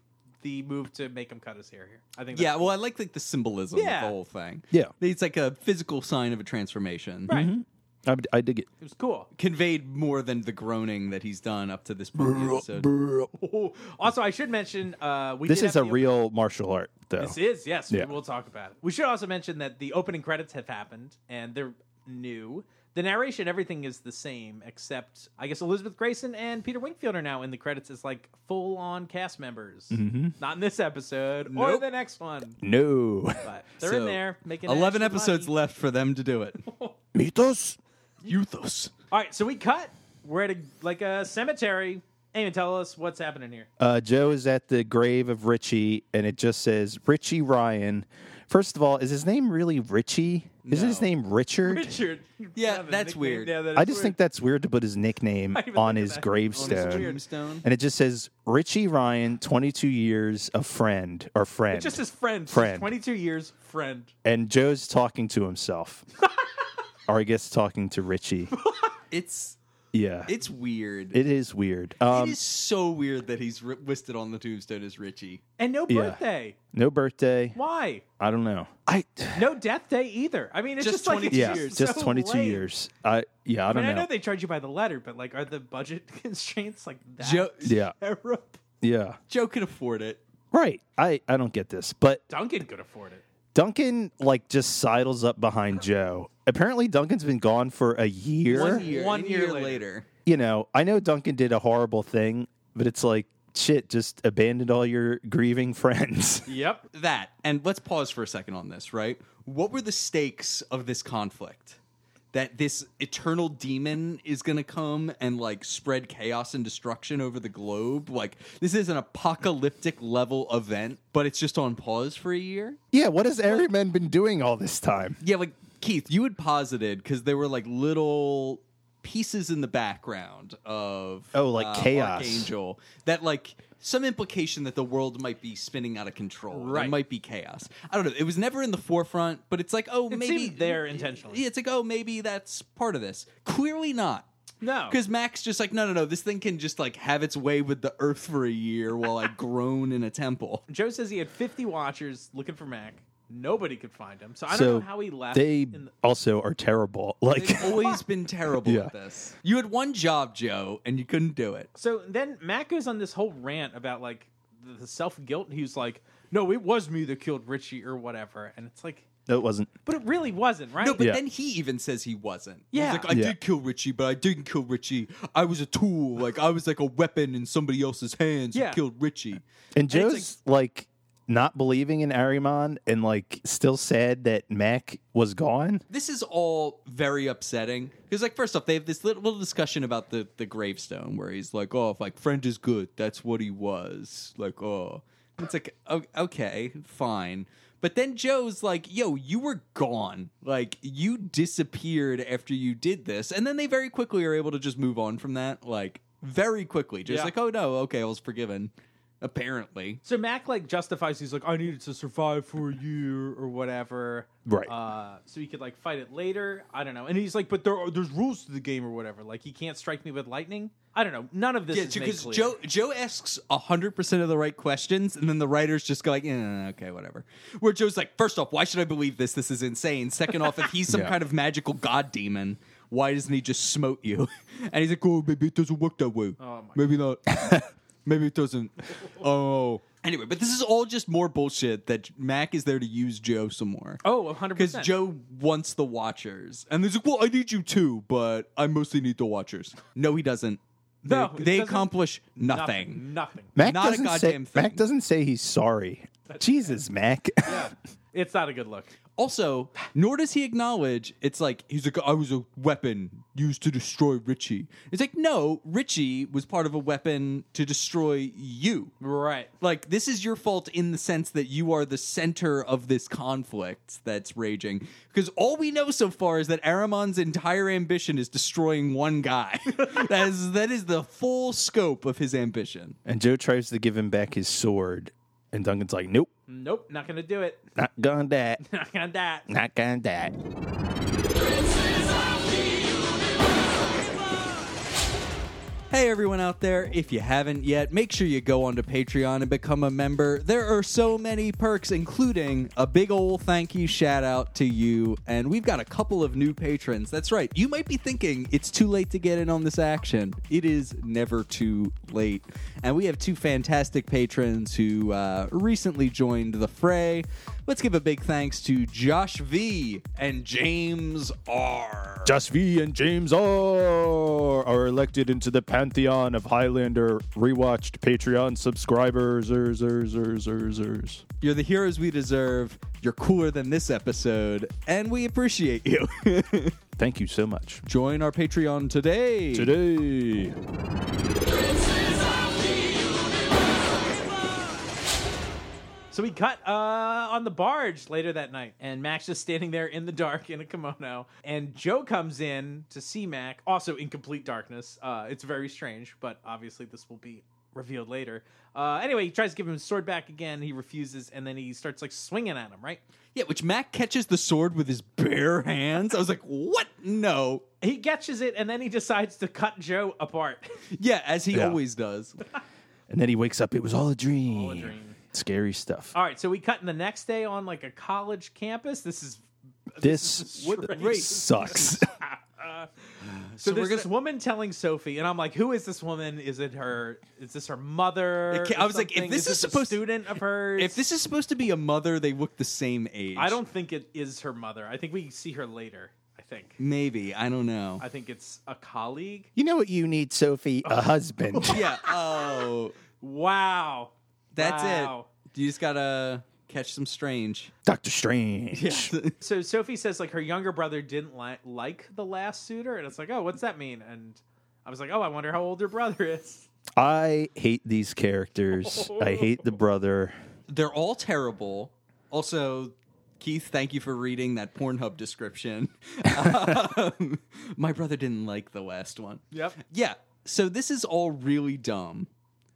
the move to make him cut his hair here. I think.
Yeah,
that's-
well, I like like the symbolism
Yeah.
of the whole thing.
Yeah. Mm-hmm.
it's like a physical sign of a transformation,
right.
I, I dig it.
It was cool.
Conveyed more than the groaning that he's done up to this point. in the episode.
Oh, also, I should mention uh, we.
This
did
is
have
a
the-
real martial art, though.
This is yes.
Yeah.
We will talk about it. We should also mention that the opening credits have happened and they're new. The narration, everything is the same except I guess Elizabeth Grayson and Peter Wingfield are now in the credits as like full on cast members. Not in this episode or
Nope.
the next one,
no.
but they're in
So,
there making
Eleven
extra
episodes
money.
left for them to do it.
Mythos?
Euthos.
All right, so we cut. We're at a, like a cemetery. Eamon, tell us what's happening here.
Uh, Joe is at the grave of Richie, and it just says Richie Ryan. First of all, is his name really Richie? Isn't his
No.
name Richard?
Richard.
Yeah,
Have a
that's
nickname.
weird.
Yeah, that is
I just
weird.
think that's weird to put his nickname
even
on
think of
his
that.
gravestone.
weird.
Tombstone.
And it just says Richie Ryan, 22 years, a friend or friend.
just his friend.
Friend.
22 years, friend.
and Joe's talking to himself. or I guess talking to Richie.
It's
Yeah.
it's weird.
it is weird. Um,
it is so weird that he's ri listed on the tombstone as Richie.
And no
Yeah.
birthday.
No birthday.
Why?
I don't know. I
No death day either. I mean, it's
Just
just, like it's
22
yeah,
years.
so
just 22
lame.
years. I yeah, I
I
don't
mean, I
know.
know they charge you by the letter, but like, are the budget constraints like that
Joe,
yeah.
terrible?
Yeah.
Joe can afford it.
Right. I I don't get this. But
Duncan could afford it.
Duncan like just sidles up behind Joe. Apparently Duncan's been gone for a year.
One year,
One
one
year
year,
later.
later.
You know, I know Duncan did a horrible thing, but it's like shit, just abandoned all your grieving friends.
Yep.
that and let's pause for a second on this right what were the stakes of this conflict that this eternal demon is going to come and like spread chaos and destruction over the globe like this is an apocalyptic level event but it's just on pause for a year
yeah, what has Everyman been doing all this time?
yeah like keith you had posited because there were like little pieces in the background of
Oh, like chaos.
Archangel that like some implication that the world might be spinning out of control. There
Right.
might be chaos. I don't know. It was never in the forefront, but it's like, oh,
It
maybe
seemed there intentionally.
Yeah, it's like, oh, maybe that's part of this. Clearly not.
No.
Because Max just like, no, no, no. This thing can just like have its way with the earth for a year while I groan in a temple.
Joe says he had 50 watchers looking for Mac. Nobody could find him. So I don't
so
know how he left.
They
in the-
also are terrible. Like
They've always been terrible
Yeah.
at this. You had one job, Joe, and you couldn't do it.
So then Mac goes on this whole rant about like the- the self guilt. He's like, no, it was me that killed Richie or whatever. And it's like,
no, it wasn't.
but it really wasn't, right?
No, but
Yeah.
then he even says he wasn't.
Yeah.
He's like, I
Yeah.
did kill Richie, but I didn't kill Richie. I was a tool. Like, I was like a weapon in somebody else's hands
Yeah.
who killed Richie.
And
it's like-
Joe's like not believing in Arimon and like still sad that Mac was gone.
This is all very upsetting. Because, like, first off, they have this little, little discussion about the, the gravestone where he's like, oh, if like friend is good, that's what he was. Like, oh. And It's like, o- okay, fine. But then Joe's like, yo, you were gone. Like, you disappeared after you did this. And then they very quickly are able to just move on from that. Like, very quickly. Just
Yeah.
like, oh no, okay, I was forgiven. Apparently.
So Mac like justifies he's like I needed to survive for a year or whatever,
Right.
Uh, so he could like fight it later. I don't know. And he's like, but there are there's rules to the game or whatever. Like he can't strike me with lightning. I don't know. None of this
Yeah,
is made
because
clear.
Joe Joe asks hundred percent of the right questions, and then the writers just go like, eh, "Okay, whatever." Where Joe's like, first off, why should I believe this? This is insane." Second off, if he's some
Yeah.
kind of magical god demon, why doesn't he just smote you? And he's like, "Oh, maybe it doesn't work that way.
Oh
maybe not. maybe it doesn't." Oh. Anyway, but this is all just more bullshit that Mac is there to use Joe some more.
Oh, 100%.
Because Joe wants the Watchers, and he's like, "Well, I need you too, but I mostly need the Watchers." No, he doesn't. They,
No, it
they
doesn't-
accomplish
nothing.
nothing.
Nothing.
Mac
Not a
doesn't
goddamn
say Mac
thing.
doesn't say he's sorry. Jesus, Mac.
It's not a good look.
Also, nor does he acknowledge it's like he's like, "I was a weapon used to destroy Richie." It's like, no, Richie was part of a weapon to destroy you.
Right.
Like this is your fault in the sense that you are the center of this conflict that's raging. Because all we know so far is that Aramon's entire ambition is destroying one guy. that is that is the full scope of his ambition.
and Joe tries to give him back his sword, and Duncan's like, "Nope,
Nope, not going to do it.
not gonna that,
Not going to that.
not gonna that."
Hey everyone out there, if you haven't yet, make sure you go onto Patreon and become a member. There are so many perks, including a big ol' thank you shout out to you. And we've got a couple of new patrons. That's right. You might be thinking it's too late to get in on this action. It is never too late. And we have two fantastic patrons who uh, recently joined the fray. Let's give a big thanks to Josh V and James R.
Just V and James R are elected into the pantheon of Highlander rewatched Patreon subscribers. Zers, zers, zers, zers, zers.
You're the heroes we deserve. You're cooler than this episode, and we appreciate you.
Thank you so much.
Join our Patreon today.
Today,
So we cut uh, on the barge later that night, and Mac's just standing there in the dark in a kimono. And Joe comes in to see Mac, also in complete darkness. Uh, it's very strange, but obviously this will be revealed later. Uh, anyway, he tries to give him his sword back again. He refuses, and then he starts like swinging at him. Right?
Yeah, which Mac catches the sword with his bare hands. I was like, what? No.
He catches it, and then he decides to cut Joe apart.
Yeah, as he
Yeah.
always does.
and then he wakes up. It was all a dream.
All a dream.
Scary stuff.
All right, so we cut in the next day on like a college campus. This is
this
What the
race sucks.
So,
So
there's
we're gonna-
this woman telling Sophie, and I'm like, "Who is this woman? Is it her? Is this her mother?
It ca- I
or
was like, if
something?
this is
a
supposed-
student of hers,
If this is supposed to be a mother, they look the same age.
I don't think it is her mother. I think we see her later. I think,
Maybe. I don't know.
I think it's a colleague.
you know what you need, Sophie? A husband.
yeah. Oh.
Wow,
That's
Wow.
it. You just gotta catch some strange.
Doctor Strange.
So Sophie says like her younger brother didn't li- like the last suitor, and it's like, oh, what's that mean? And I was like, oh, I wonder how old her brother is.
I hate these characters. I hate the brother.
They're all terrible. Also, Keith, thank you for reading that Pornhub description. um, my brother didn't like the last one.
Yep.
Yeah. So this is all really dumb.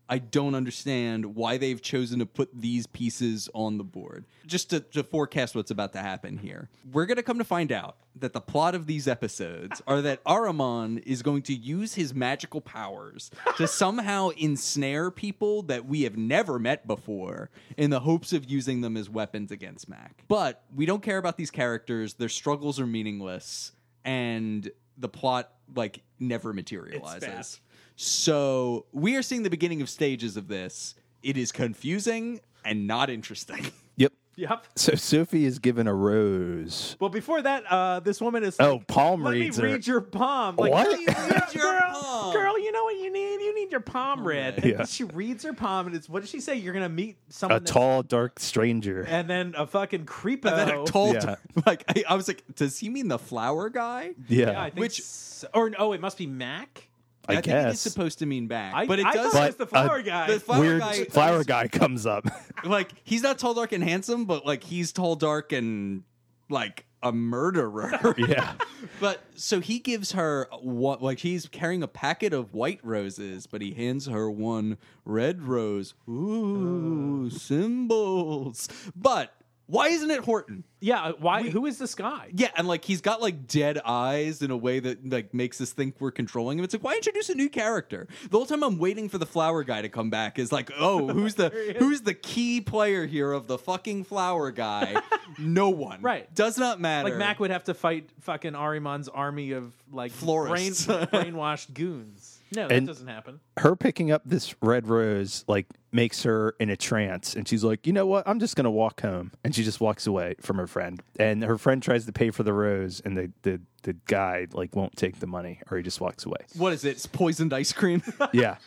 I don't understand why they've chosen to put these pieces on the board. Just to, to forecast what's about to happen here. We're going to come to find out that the plot of these episodes are that Aramon is going to use his magical powers to somehow ensnare people that we have never met before in the hopes of using them as weapons against Mac. But we don't care about these characters, their struggles are meaningless, and the plot like never materializes.
fast.
So we are seeing the beginning of stages of this. It is confusing and not interesting.
Yep.
Yep.
So Sophie is given a rose.
Well, before that, uh, this woman is.
Oh,
like,
palm
Let
reads
me
her.
read your palm. Like,
What?
girl, you-
Read your
girl,
palm.
girl, you know what you need? You need your palm read. And
Yeah.
She reads her palm, and it's what does she say? You're gonna meet someone.
A
that's-
tall, dark stranger.
And then a fucking creepo.
And then a told
Yeah.
like I, I was like, does he mean the flower guy?
Yeah,
Yeah, I think
Which-
so- or oh, it must be Mac.
I,
think it is
guess.
supposed to mean back,
I,
but it
I
does.
thought it was the
But,
flower
uh,
guy.
the flower
Weird
guy,
flower guy comes up.
like he's not tall, dark, and handsome, but like he's tall, dark, and like a murderer.
yeah.
But so he gives her what like he's carrying a packet of white roses, but he hands her one red rose. Ooh,
Uh.
symbols. But why isn't it Horton?
yeah, why? who is this guy?
Yeah, and like he's got like dead eyes in a way that like makes us think we're controlling him. It's like why introduce a new character? The whole time I'm waiting for the flower guy to come back is like, oh, who's the who's the key player here of the fucking flower guy? no one.
Right.
Does not matter.
Like Mac would have to fight fucking Arimon's army of like
Florists.
brain, brainwashed goons. No, that
And-
doesn't happen.
Her picking up this red rose like makes her in a trance, and she's like, "You know what? I'm just gonna walk home." And she just walks away from her friend, and her friend tries to pay for the rose, and the the, the guy like won't take the money, or he just walks away.
what is it? It's poisoned ice cream.
Yeah.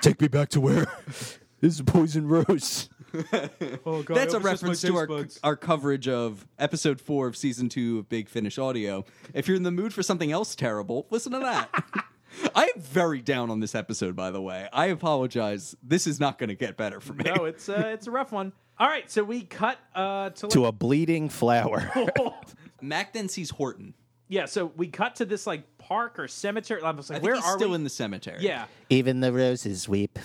Take me back to where this is poison rose.
Oh god,
That's a reference to our, our coverage of episode four of season two of Big Finish Audio. If you're in the mood for something else terrible, listen to that. I am very down on this episode, by the way. I apologize. This is not going to get better for me.
No, it's uh, it's a rough one. All right, so we cut uh, to,
To a bleeding flower.
Mac then sees Horton.
yeah, so we cut to this like park or cemetery. I was like,
I think
where
he's
are
still
we?
in the cemetery.
yeah,
Even the roses weep,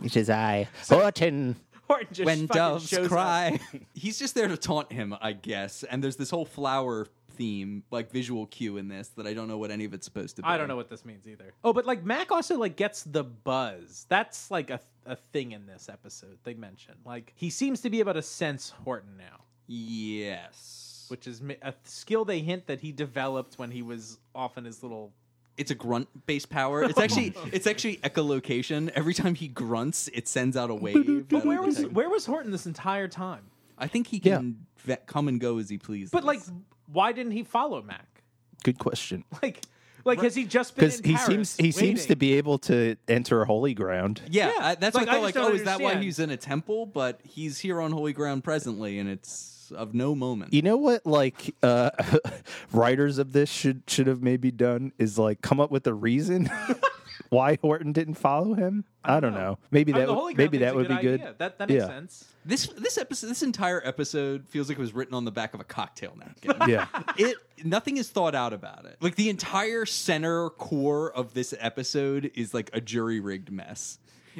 which is I, Horton.
Horton just
When
fucking
doves
shows up.
cry. he's just there to taunt him, I guess. And there's this whole flower theme, like visual cue in this that I don't know what any of it's supposed to be.
I don't know what this means either. Oh, but like Mac also like gets the buzz. That's like a a thing in this episode they mentioned. Like he seems to be able to sense Horton now,
Yes.
which is mi- a skill they hint that he developed when he was off in his little.
it's a grunt based power. It's actually
Oh.
it's actually echolocation. Every time he grunts, it sends out a wave.
But where was
That'll detect-
where was Horton this entire time?
I think he can ve- come and go as he pleases.
But like, why didn't he follow Mac?
Good question.
Like, like has he just been?
Because
in
he
Paris
seems he seems to
waiting?
be able to enter holy ground.
yeah,
yeah,
I- that's
like,
what I thought.
I
Like,
just
oh,
don't
is that why
understand.
he's in a temple? But he's here on holy ground presently, and it's of no moment.
You know what like uh writers of this should should have maybe done is like come up with a reason why Horton didn't follow him. I don't, know. Maybe
I mean,
that
the
would,
Holy Grail
maybe
thing's
that
a
would be good.
idea. That that makes
Yeah.
sense.
This this episode, this entire episode feels like it was written on the back of a cocktail napkin.
Yeah.
it nothing is thought out about it. Like the entire center core of this episode is like a jury rigged mess.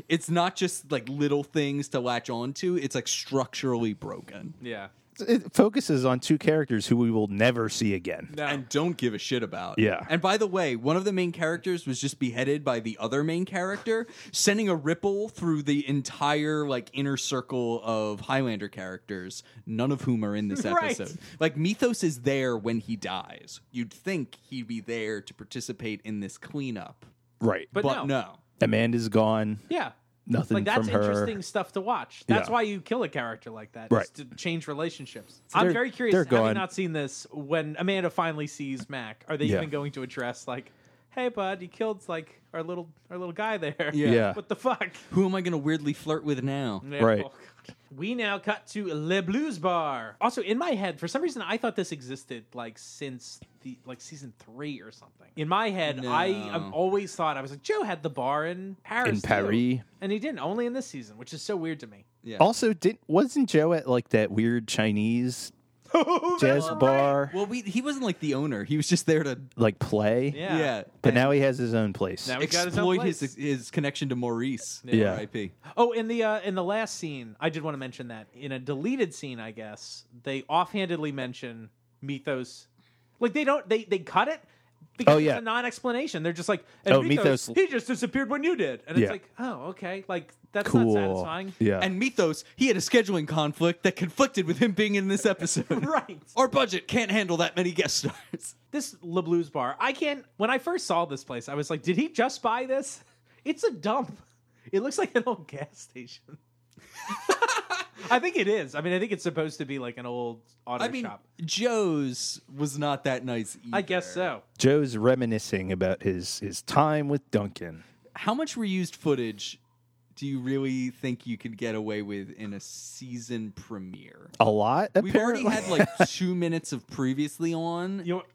It's not just like little things to latch onto. It's like structurally broken
Yeah.
It focuses on two characters who we will never see again.
No.
and don't give a shit about.
Yeah.
And by the way, one of the main characters was just beheaded by the other main character, sending a ripple through the entire like inner circle of Highlander characters, none of whom are in this
Right.
episode. Like Mythos is there when he dies. You'd think he'd be there to participate in this cleanup,
Right.
but,
but no.
no.
Amanda's gone.
Yeah.
Nothing
like that's
from her.
interesting stuff to watch. That's
Yeah.
why you kill a character like that, is
Right.
to change relationships.
they're-
I'm very curious.
they're
Having
gone.
not seen this, when Amanda finally sees Mac, are they
Yeah.
even going to address like, "Hey, bud, you killed like our little our little guy there.
Yeah.
what the fuck?
Who am I going to weirdly flirt with now?
Yeah,
Right.
oh, God. we now cut to Le Blues Bar. Also, in my head, for some reason, I thought this existed like since the like season three or something. In my head, I
No.
have always thought I was like Joe had the bar in Paris,
In
too."
Paris.
and he didn't. Only in this season, which is so weird to me.
Yeah.
Also, did wasn't Joe at like that weird Chinese jazz bar,
Well, we, he wasn't like the owner. He was just there to
like play.
Yeah.
yeah,
But now he has his own place.
Now- Now- We've got his own
exploit his,
place.
his connection to Maurice.
Yeah.
R.I.P.
Oh, in the uh, in the last scene, I did want to mention that in a deleted scene, I guess they offhandedly mention Mythos, like they don't they they cut it. Because
Oh,
it's
yeah.
a non-explanation. They're just like,
Oh,
oh, Mythos,
Mythos-
he just disappeared when you did, and it's
Yeah.
like, oh, okay, like that's
cool.
not satisfying.
Yeah.
And Mythos, he had a scheduling conflict that conflicted with him being in this episode.
Right.
Our budget can't handle that many guest stars.
This Le Blues bar, I can't. When I first saw this place, I was like, did he just buy this? It's a dump. It looks like an old gas station. I think it is. I mean, I think it's supposed to be like an old auto
I mean,
shop.
Joe's was not that nice either.
I guess so.
Joe's reminiscing about his his time with Duncan.
How much reused footage do you really think you could get away with in a season premiere?
A lot.
We've already
apparently.
had like two minutes of previously on.
You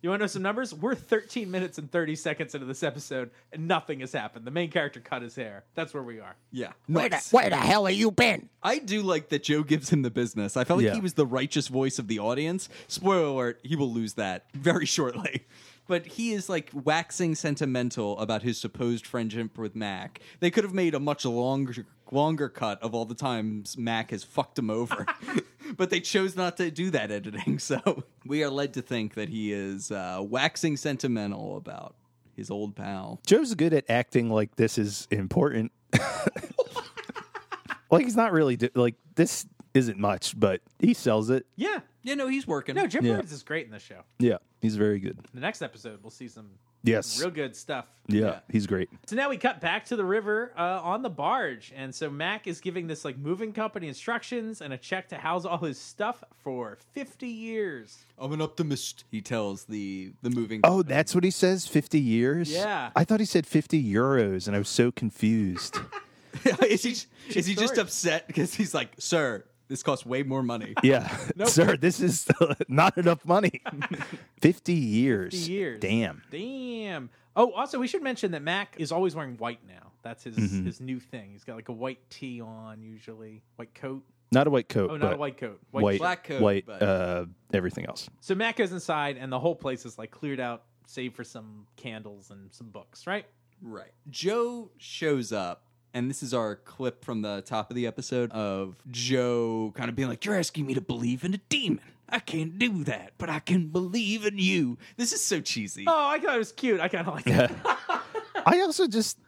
you want to know some numbers? We're 13 minutes and 30 seconds into this episode, and nothing has happened. The main character cut his hair. That's where we are.
Yeah.
Where the,
Nice.
where the hell have you been?
I do like that Joe gives him the business. I felt like
Yeah.
he was the righteous voice of the audience. Spoiler alert, he will lose that very shortly. But he is like waxing sentimental about his supposed friendship with Mac. They could have made a much longer longer cut of all the times Mac has fucked him over. but they chose not to do that editing. So we are led to think that he is uh, waxing sentimental about his old pal.
Joe's good at acting like this is important. like he's not really do- like this isn't much, but he sells it.
Yeah.
Yeah, no, he's working.
No, Jim
Yeah.
Burns is great in this show.
Yeah, he's very good.
The next episode, we'll see some
Yes.
real good stuff.
yeah, he's great.
So now we cut back to the river uh, on the barge, and so Mac is giving this like moving company instructions and a check to house all his stuff for 50 years.
I'm an optimist. He tells the the moving
Oh, that's what he says. Fifty years.
Yeah.
I thought he said fifty euros, and I was so confused.
is he, is he just
story.
upset because he's like, sir, this costs way more money?
yeah, sir, this is not enough money. fifty years.
50 years.
Damn.
Damn. Oh, also we should mention that Mac is always wearing white now. That's his
Mm-hmm.
his new thing. He's got like a white tee on usually, white coat.
Not a white coat.
Oh, not
but
a white coat. White,
White,
shirt.
Black coat,
white,
but-
uh, everything else.
So Mac goes inside, and the whole place is like cleared out, save for some candles and some books, right?
Right. Joe shows up, and this is our clip from the top of the episode of Joe kind of being like, You're asking me to believe in a demon. I can't do that, but I can believe in you. This is so cheesy.
Oh, I thought it was cute. I kind of like that.
I also just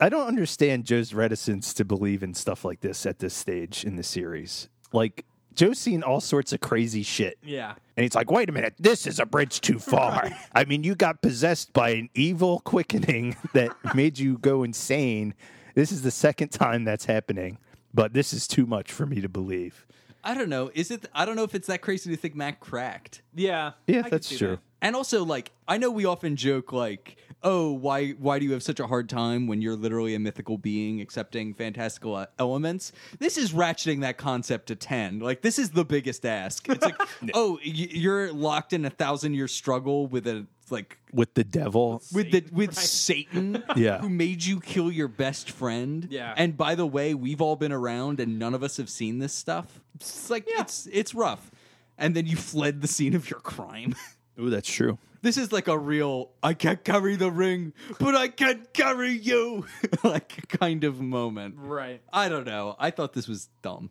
I don't understand Joe's reticence to believe in stuff like this at this stage in the series. Like Joe's seen all sorts of crazy shit.
yeah.
And he's like, wait a minute, this is a bridge too far. I mean, you got possessed by an evil quickening that made you go insane. This is the second time that's happening, but this is too much for me to believe.
I don't know. Is it? I don't know if it's that crazy to think Mac cracked.
Yeah. I
Yeah,
could
that's
see
true.
that.
And also, like, I know we often joke, like, oh, why why do you have such a hard time when you're literally a mythical being accepting fantastical uh, elements? This is ratcheting that concept to 10. Like, this is the biggest ask. It's like, oh, y- you're locked in a thousand year struggle with a, like,
With the devil.
with the with Satan,
Yeah.
who made you kill your best friend.
Yeah.
And by the way, we've all been around, and none of us have seen this stuff. It's like it's it's rough. And then you fled the scene of your crime.
Oh, that's true.
this is like a real I can't carry the ring, but I can carry you like kind of moment.
Right.
I don't know. I thought this was dumb.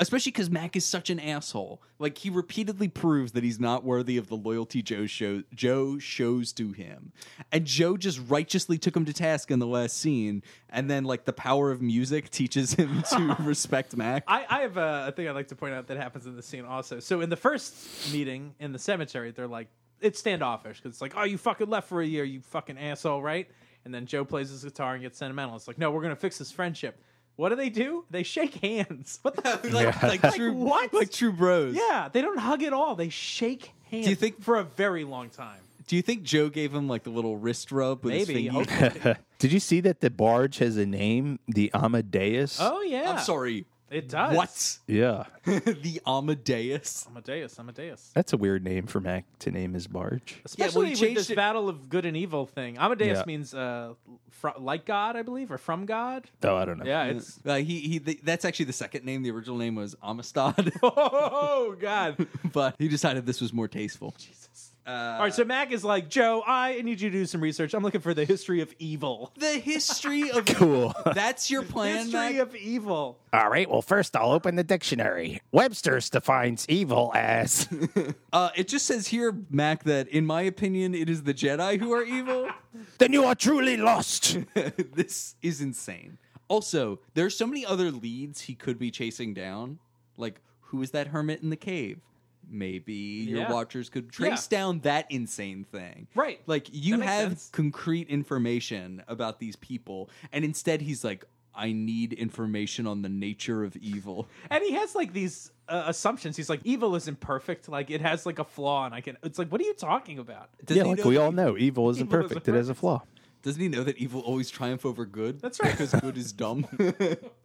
Especially because Mac is such an asshole. Like he repeatedly proves that he's not worthy of the loyalty Joe show Joe shows to him. And Joe just righteously took him to task in the last scene, and then like the power of music teaches him to respect Mac.
I, I have a, a thing I'd like to point out that happens in this scene also. So in the first meeting in the cemetery, they're like, it's standoffish because it's like, oh, you fucking left for a year, you fucking asshole, right? And then Joe plays his guitar and gets sentimental. It's like, no, we're gonna fix this friendship. What do they do? They shake hands. What the?
like, like true
what?
like true bros.
yeah, they don't hug at all. They shake hands.
Do you think-
for a very long time?
Do you think Joe gave him like the little wrist rub with his
Maybe.
finger?
hopefully.
Did you see that the barge has a name, the Amadeus?
oh yeah.
I'm sorry.
It does.
What?
Yeah,
the Amadeus?
Amadeus, Amadeus.
that's a weird name for Mac to name his
Yeah,
barge.
well, he
Especially with
changed
this
it-
battle of good and evil thing. Amadeus
Yeah.
means uh, fr- like God, I believe, or from God.
Oh, I don't know.
Yeah, it's.
Uh, he he. Th- that's actually the second name. The original name was Amistad,
Oh, God.
but he decided this was more tasteful.
All right, so Mac is like, Joe, I need you to do some research. I'm looking for the history of evil.
The history of
Cool.
that's your plan.
history
Mac?
of evil.
All right. Well, first I'll open the dictionary. Webster's defines evil as
Uh, it just says here, Mac, that in my opinion, it is the Jedi who are evil.
then you are truly lost.
this is insane. Also, there's so many other leads he could be chasing down. Like, who is that hermit in the cave? Maybe your
Yeah.
watchers could trace down that insane thing.
Right.
Like, you
That makes
have
sense.
concrete information about these people, and instead he's like, I need information on the nature of evil.
And he has like these uh, assumptions. He's like, evil isn't perfect. Like, it has like a flaw, and I can. It's like, what are you talking about?
Doesn't he know that evil-
evil isn't
Evil isn't
It has a flaw.
Doesn't he know that evil always triumph over good?
That's right.
Because good is dumb.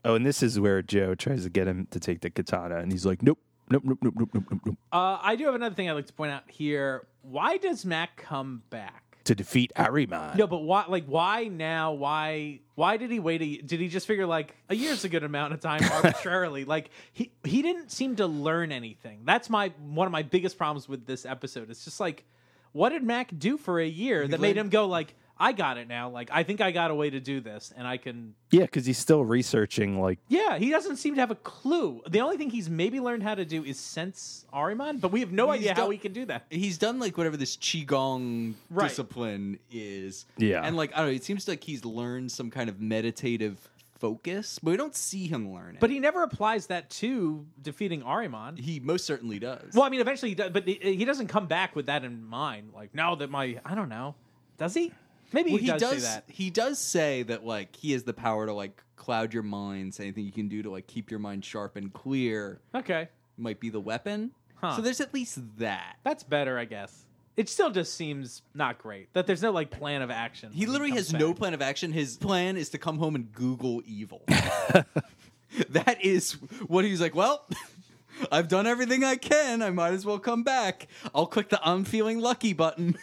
Oh, and this is where Joe tries to get him to take the katana, and he's like, "Nope, nope, nope, nope, nope, nope, nope, nope."
Uh, I do have another thing I'd like to point out here. Why does Mac come back?
To defeat Ariman.
No, but why? Like, why now? Why? Why did he wait? A, did he just figure like a year's a good amount of time arbitrarily? like he he didn't seem to learn anything. That's my one of my biggest problems with this episode. It's just like, what did Mac do for a year that made
learned-
him go like, I got it now. Like I think I got a way to do this, and I can.
Yeah, because he's still researching. Like,
Yeah, he doesn't seem to have a clue. The only thing he's maybe learned how to do is sense Ariman, but we have no idea how
done-
he can do that.
he's done like whatever this qigong
Right.
discipline is.
Yeah.
and like I don't know, it seems like he's learned some kind of meditative focus, but we don't see him learn it.
But he never applies that to defeating Ariman.
he most certainly does.
Well, I mean, eventually he does, but he, he doesn't come back with that in mind. Like, now that my, I don't know, does he? Maybe
Well,
he, does, say that.
He does say that like he has the power to like cloud your minds. Anything you can do to like keep your mind sharp and clear
Okay,
might be the weapon.
Huh.
So there's at least that.
that's better, I guess. It still just seems not great that there's no like plan of action.
He
when
literally
comes
has no
back.
plan of action. His plan is to come home and Google evil. that is what he's like, well, I've done everything I can. I might as well come back. I'll click the I'm feeling lucky button.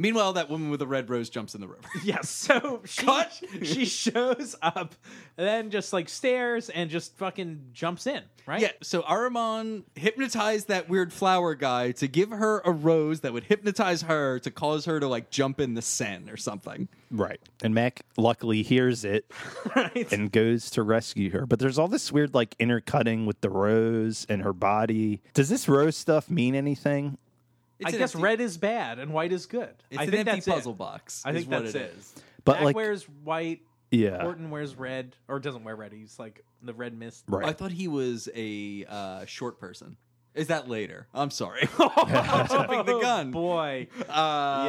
Meanwhile, that woman with the red rose jumps in the river.
Yes, so she
Cut.
she shows up, and then just like stares and just fucking jumps in. Right?
Yeah, so Aramon hypnotized that weird flower guy to give her a rose that would hypnotize her to cause her to like jump in the Seine or something.
right. And Mac luckily hears it
Right.
and goes to rescue her. But there's all this weird, like, intercutting with the rose and her body. Does this rose stuff mean anything?
It's
I
an
guess
empty-
red is bad and white is good.
It's
I
an
think
empty
that's it.
puzzle box.
I
is
think
what
that's it.
But,
Mac
like-
wears white.
Yeah.
Horton wears red, or doesn't wear red. He's like the red mist.
Right.
I thought he was a uh, short person. Is that later? I'm sorry. jumping the
Oh,
gun.
boy.
Uh,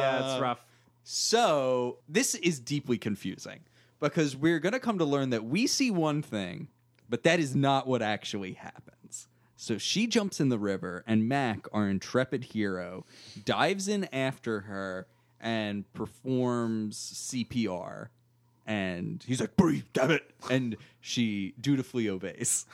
yeah, it's rough.
So this is deeply confusing because we're going to come to learn that we see one thing, but that is not what actually happens. So she jumps in the river, and Mac, our intrepid hero, dives in after her and performs CPR. And he's like, breathe, damn it. And she dutifully obeys.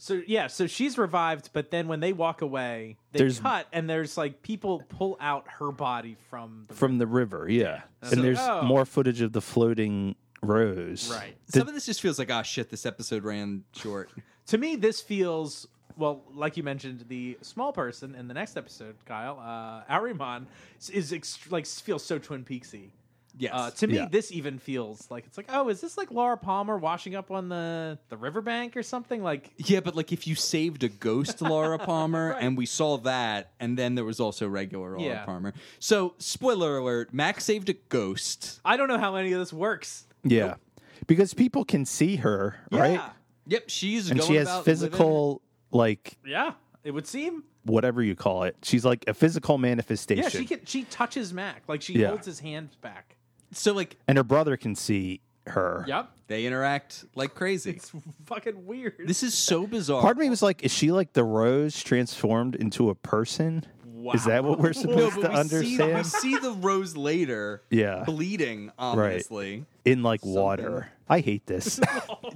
So yeah, so she's revived, but then when they walk away, they
There's-
cut, and there's like people pull out her body from the
From the river, yeah. And there's
Oh.
more footage of the floating rose.
right.
Some of this just feels like, ah, shit, this episode ran short.
To me, this feels well, like you mentioned, the small person in the next episode, Kyle uh, Ariman is- is ext- like feels so Twin Peaksy.
Yes.
Uh, to me,
Yeah.
this even feels like it's like, oh, is this like Laura Palmer washing up on the the riverbank or something? Like,
Yeah, but like if you saved a ghost Laura Palmer and we saw that, and then there was also regular Laura
Yeah.
Palmer. So, spoiler alert, Max saved a ghost.
I don't know how any of this works.
Yeah. Because people can see her, right?
Yeah.
Yep, she's
And
going
she has
about living-
physical, like,
Yeah, it would seem.
whatever you call it. She's like a physical manifestation.
Yeah, she can, she touches Mac like she
Yeah.
holds his hand back.
So like
and her brother can see her.
Yep,
they interact like crazy.
it's fucking weird.
This is so bizarre.
Part of me was like, is she like the rose transformed into a person? Is that what we're
no,
supposed
but
to
we see, we
understand?
see the rose later,
Yeah.
bleeding, obviously.
in like water. I hate this.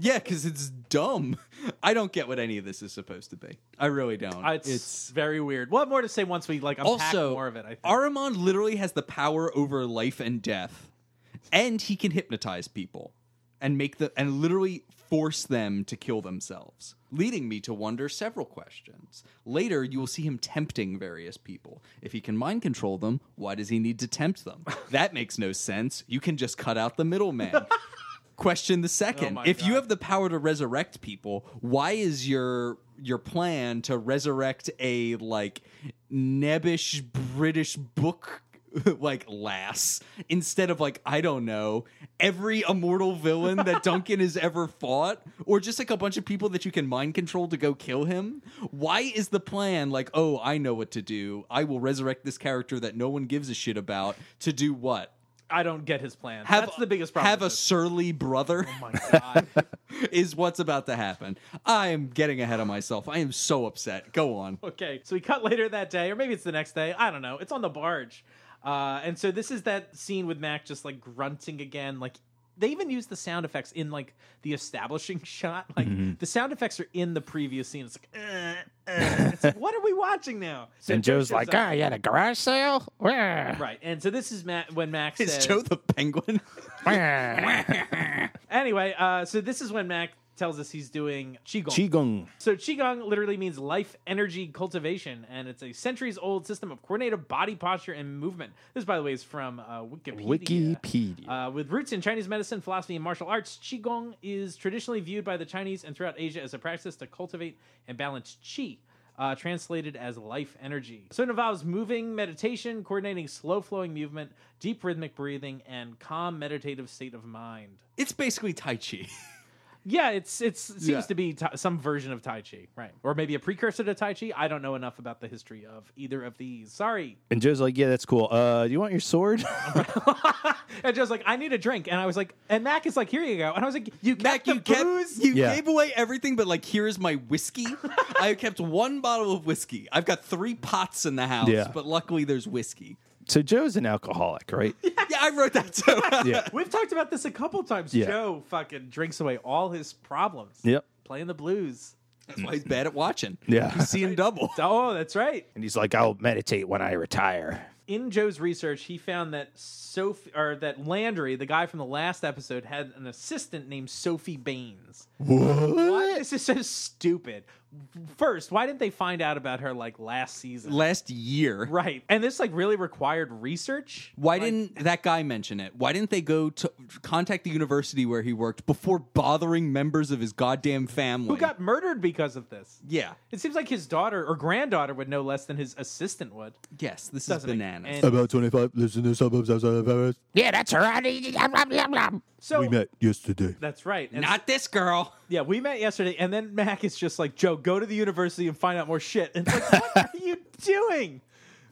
Yeah, because it's dumb. I don't get what any of this is supposed to be. I really don't.
Uh, It's, very weird. We'll have more to say once we like unpack
also
more of it. I think.
Aramond literally has the power over life and death, and he can hypnotize people and make the and literally force them to kill themselves, leading me to wonder several questions. Later, you will see him tempting various people. If he can mind control them, why does he need to tempt them? That makes no sense. You can just cut out the middleman. Question the second:
Oh my
If you
God.
have the power to resurrect people, why is your your plan to resurrect a like nebbish British book like lass instead of like I don't know every immortal villain that Duncan has ever fought, or just like a bunch of people that you can mind control to go kill him? Why is the plan like oh I know what to do? I will resurrect this character that no one gives a shit about to do what?
I don't get his plan.
Have
That's the biggest problem.
Have a
with this. Oh
surly brother
My God.
is what's about to happen. I am getting ahead of myself. I am so upset. Go on.
okay, so we cut later that day, or maybe it's the next day. I don't know. It's on the barge, uh, and so this is that scene with Mac just like grunting again. Like they even use the sound effects in like the establishing shot. Like the sound effects are in the previous scene. It's like, "Uh, uh." It's like, what are we watching now? So
and
Joe
Joe's
shows
like,
up-
ah, you had a garage sale?
right. And so this is Matt when Mac
Is
says,
Joe the penguin?
anyway, uh, so this is when Mac tells us he's doing qigong.
Qigong.
So qigong literally means life energy cultivation, and it's a centuries-old system of coordinated body posture and movement. This, by the way, is from uh, Wikipedia.
Wikipedia.
Uh, with roots in Chinese medicine, philosophy, and martial arts, qigong is traditionally viewed by the Chinese and throughout Asia as a practice to cultivate and balance qi. Uh, translated as life energy. So it involves moving meditation, coordinating slow flowing movement, deep rhythmic breathing, and calm meditative state of mind.
It's basically Tai Chi.
Yeah, it's it's it seems
Yeah.
to be ta- some version of Tai Chi, right? Or maybe a precursor to Tai Chi. I don't know enough about the history of either of these. Sorry.
And Joe's like, yeah, that's cool. Uh, do you want your sword?
And Joe's like, I need a drink, and I was like, and Mac is like, here you go, and I was like, you kept
Mac,
the
you kept
booze?
you
Yeah.
gave away everything, but like here is my whiskey. I kept one bottle of whiskey. I've got three pots in the house,
Yeah.
but luckily there's whiskey.
so Joe's an alcoholic, right?
Yeah, I wrote that too.
yeah.
We've talked about this a couple times.
Yeah.
Joe fucking drinks away all his problems.
Yep.
Playing the blues.
That's why he's bad at watching.
Yeah.
He's seeing double.
Oh, that's right.
And he's like, I'll meditate when I retire.
in Joe's research, he found that Sophie or that Landry, the guy from the last episode, had an assistant named Sophie Baines. What? This is so stupid. First, why didn't they find out about her like last season?
Last year.
right. And this like really required research.
Why didn't that guy mention it? Why didn't they go to contact the university where he worked before bothering members of his goddamn family?
Who got murdered because of this?
Yeah.
It seems like his daughter or granddaughter would know less than his assistant would.
Yes, this
Doesn't
is
make
bananas.
any-
About 25 lives in the suburbs outside of Paris.
Yeah, that's her. I need- yum, yum, yum, yum.
So
We met yesterday.
that's right. And
Not this girl.
Yeah, we met yesterday, and then Mac is just like, Joe, go to the university and find out more shit. And it's like, what are you doing?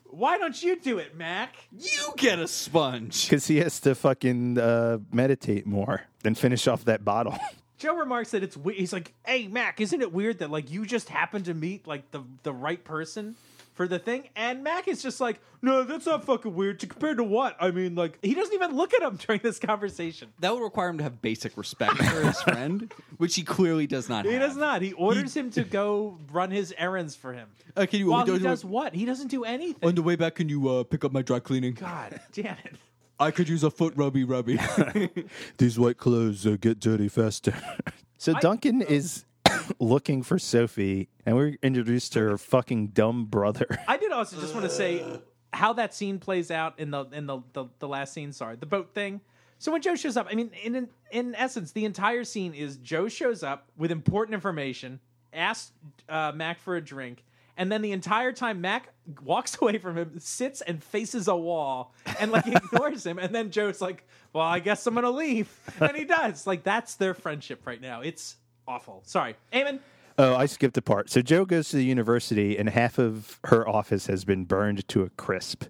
Why don't you do it, Mac?
You get a sponge.
Because he has to fucking uh, meditate more and finish off that bottle.
Joe remarks that it's we- he's like, hey Mac, isn't it weird that like you just happened to meet like the the right person for the thing? And Mac is just like, no, that's not fucking weird. To compared to what? I mean, like he doesn't even look at him during this conversation.
That would require him to have basic respect for his friend, which he clearly does not
He
have.
does not. He orders him to go run his errands for him.
Uh, can you,
While
do- Oh,
he
do-
does what? He doesn't do anything.
on the way back, can you uh, pick up my dry cleaning?
God damn it.
I could use a foot rubby rubby.
These white clothes uh, get dirty faster.
So Duncan is looking for Sophie, and we introduced to her fucking dumb brother.
I did also just want to say how that scene plays out in the in the, the the last scene. Sorry, the boat thing. So when Joe shows up, I mean, in in, in essence, the entire scene is Joe shows up with important information, asks uh, Mac for a drink. And then the entire time, Mac walks away from him, sits and faces a wall, and like ignores him. And then Joe's like, "Well, I guess I'm gonna leave," and he does. Like that's their friendship right now. It's awful. Sorry, Eamon.
Oh, I skipped a part. So Joe goes to the university, and half of her office has been burned to a crisp,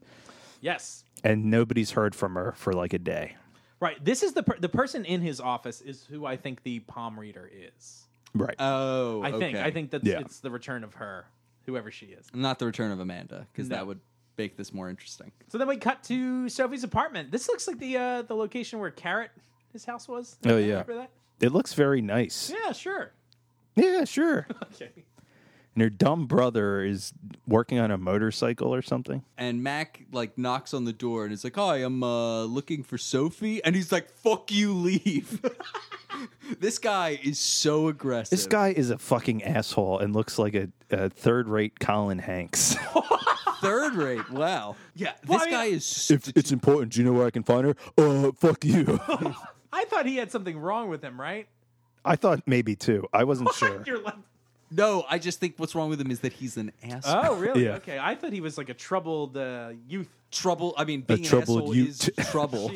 Yes,
and nobody's heard from her for like a day.
Right. This is the per- the person in his office is who I think the palm reader is.
Right.
oh,
I think
okay.
I think that's
Yeah.
it's the return of her, whoever she is.
Not the return of Amanda, because
No.
that would make this more interesting.
So then we cut to Sophie's apartment. This looks like the uh, the location where Carrot his house was?
Oh, yeah.
Remember that?
It looks very nice.
Yeah, sure.
Yeah, sure.
Okay.
and her dumb brother is working on a motorcycle or something.
and Mac like knocks on the door and is like, "Hi, I'm uh, looking for Sophie," and he's like, "Fuck you, leave." this guy is so aggressive.
This guy is a fucking asshole and looks like a, a third rate Colin Hanks.
third rate. Wow. Yeah, this
I mean,
guy is.
If it's important, do you know where I can find her? Uh, fuck you.
I thought he had something wrong with him, right?
I thought maybe too. I wasn't sure.
You're like,
No, I just think what's wrong with him is that he's an asshole.
oh, really?
Yeah.
Okay. I thought he was like a troubled uh, youth.
Trouble. I mean, being an
troubled
asshole
you-
is trouble.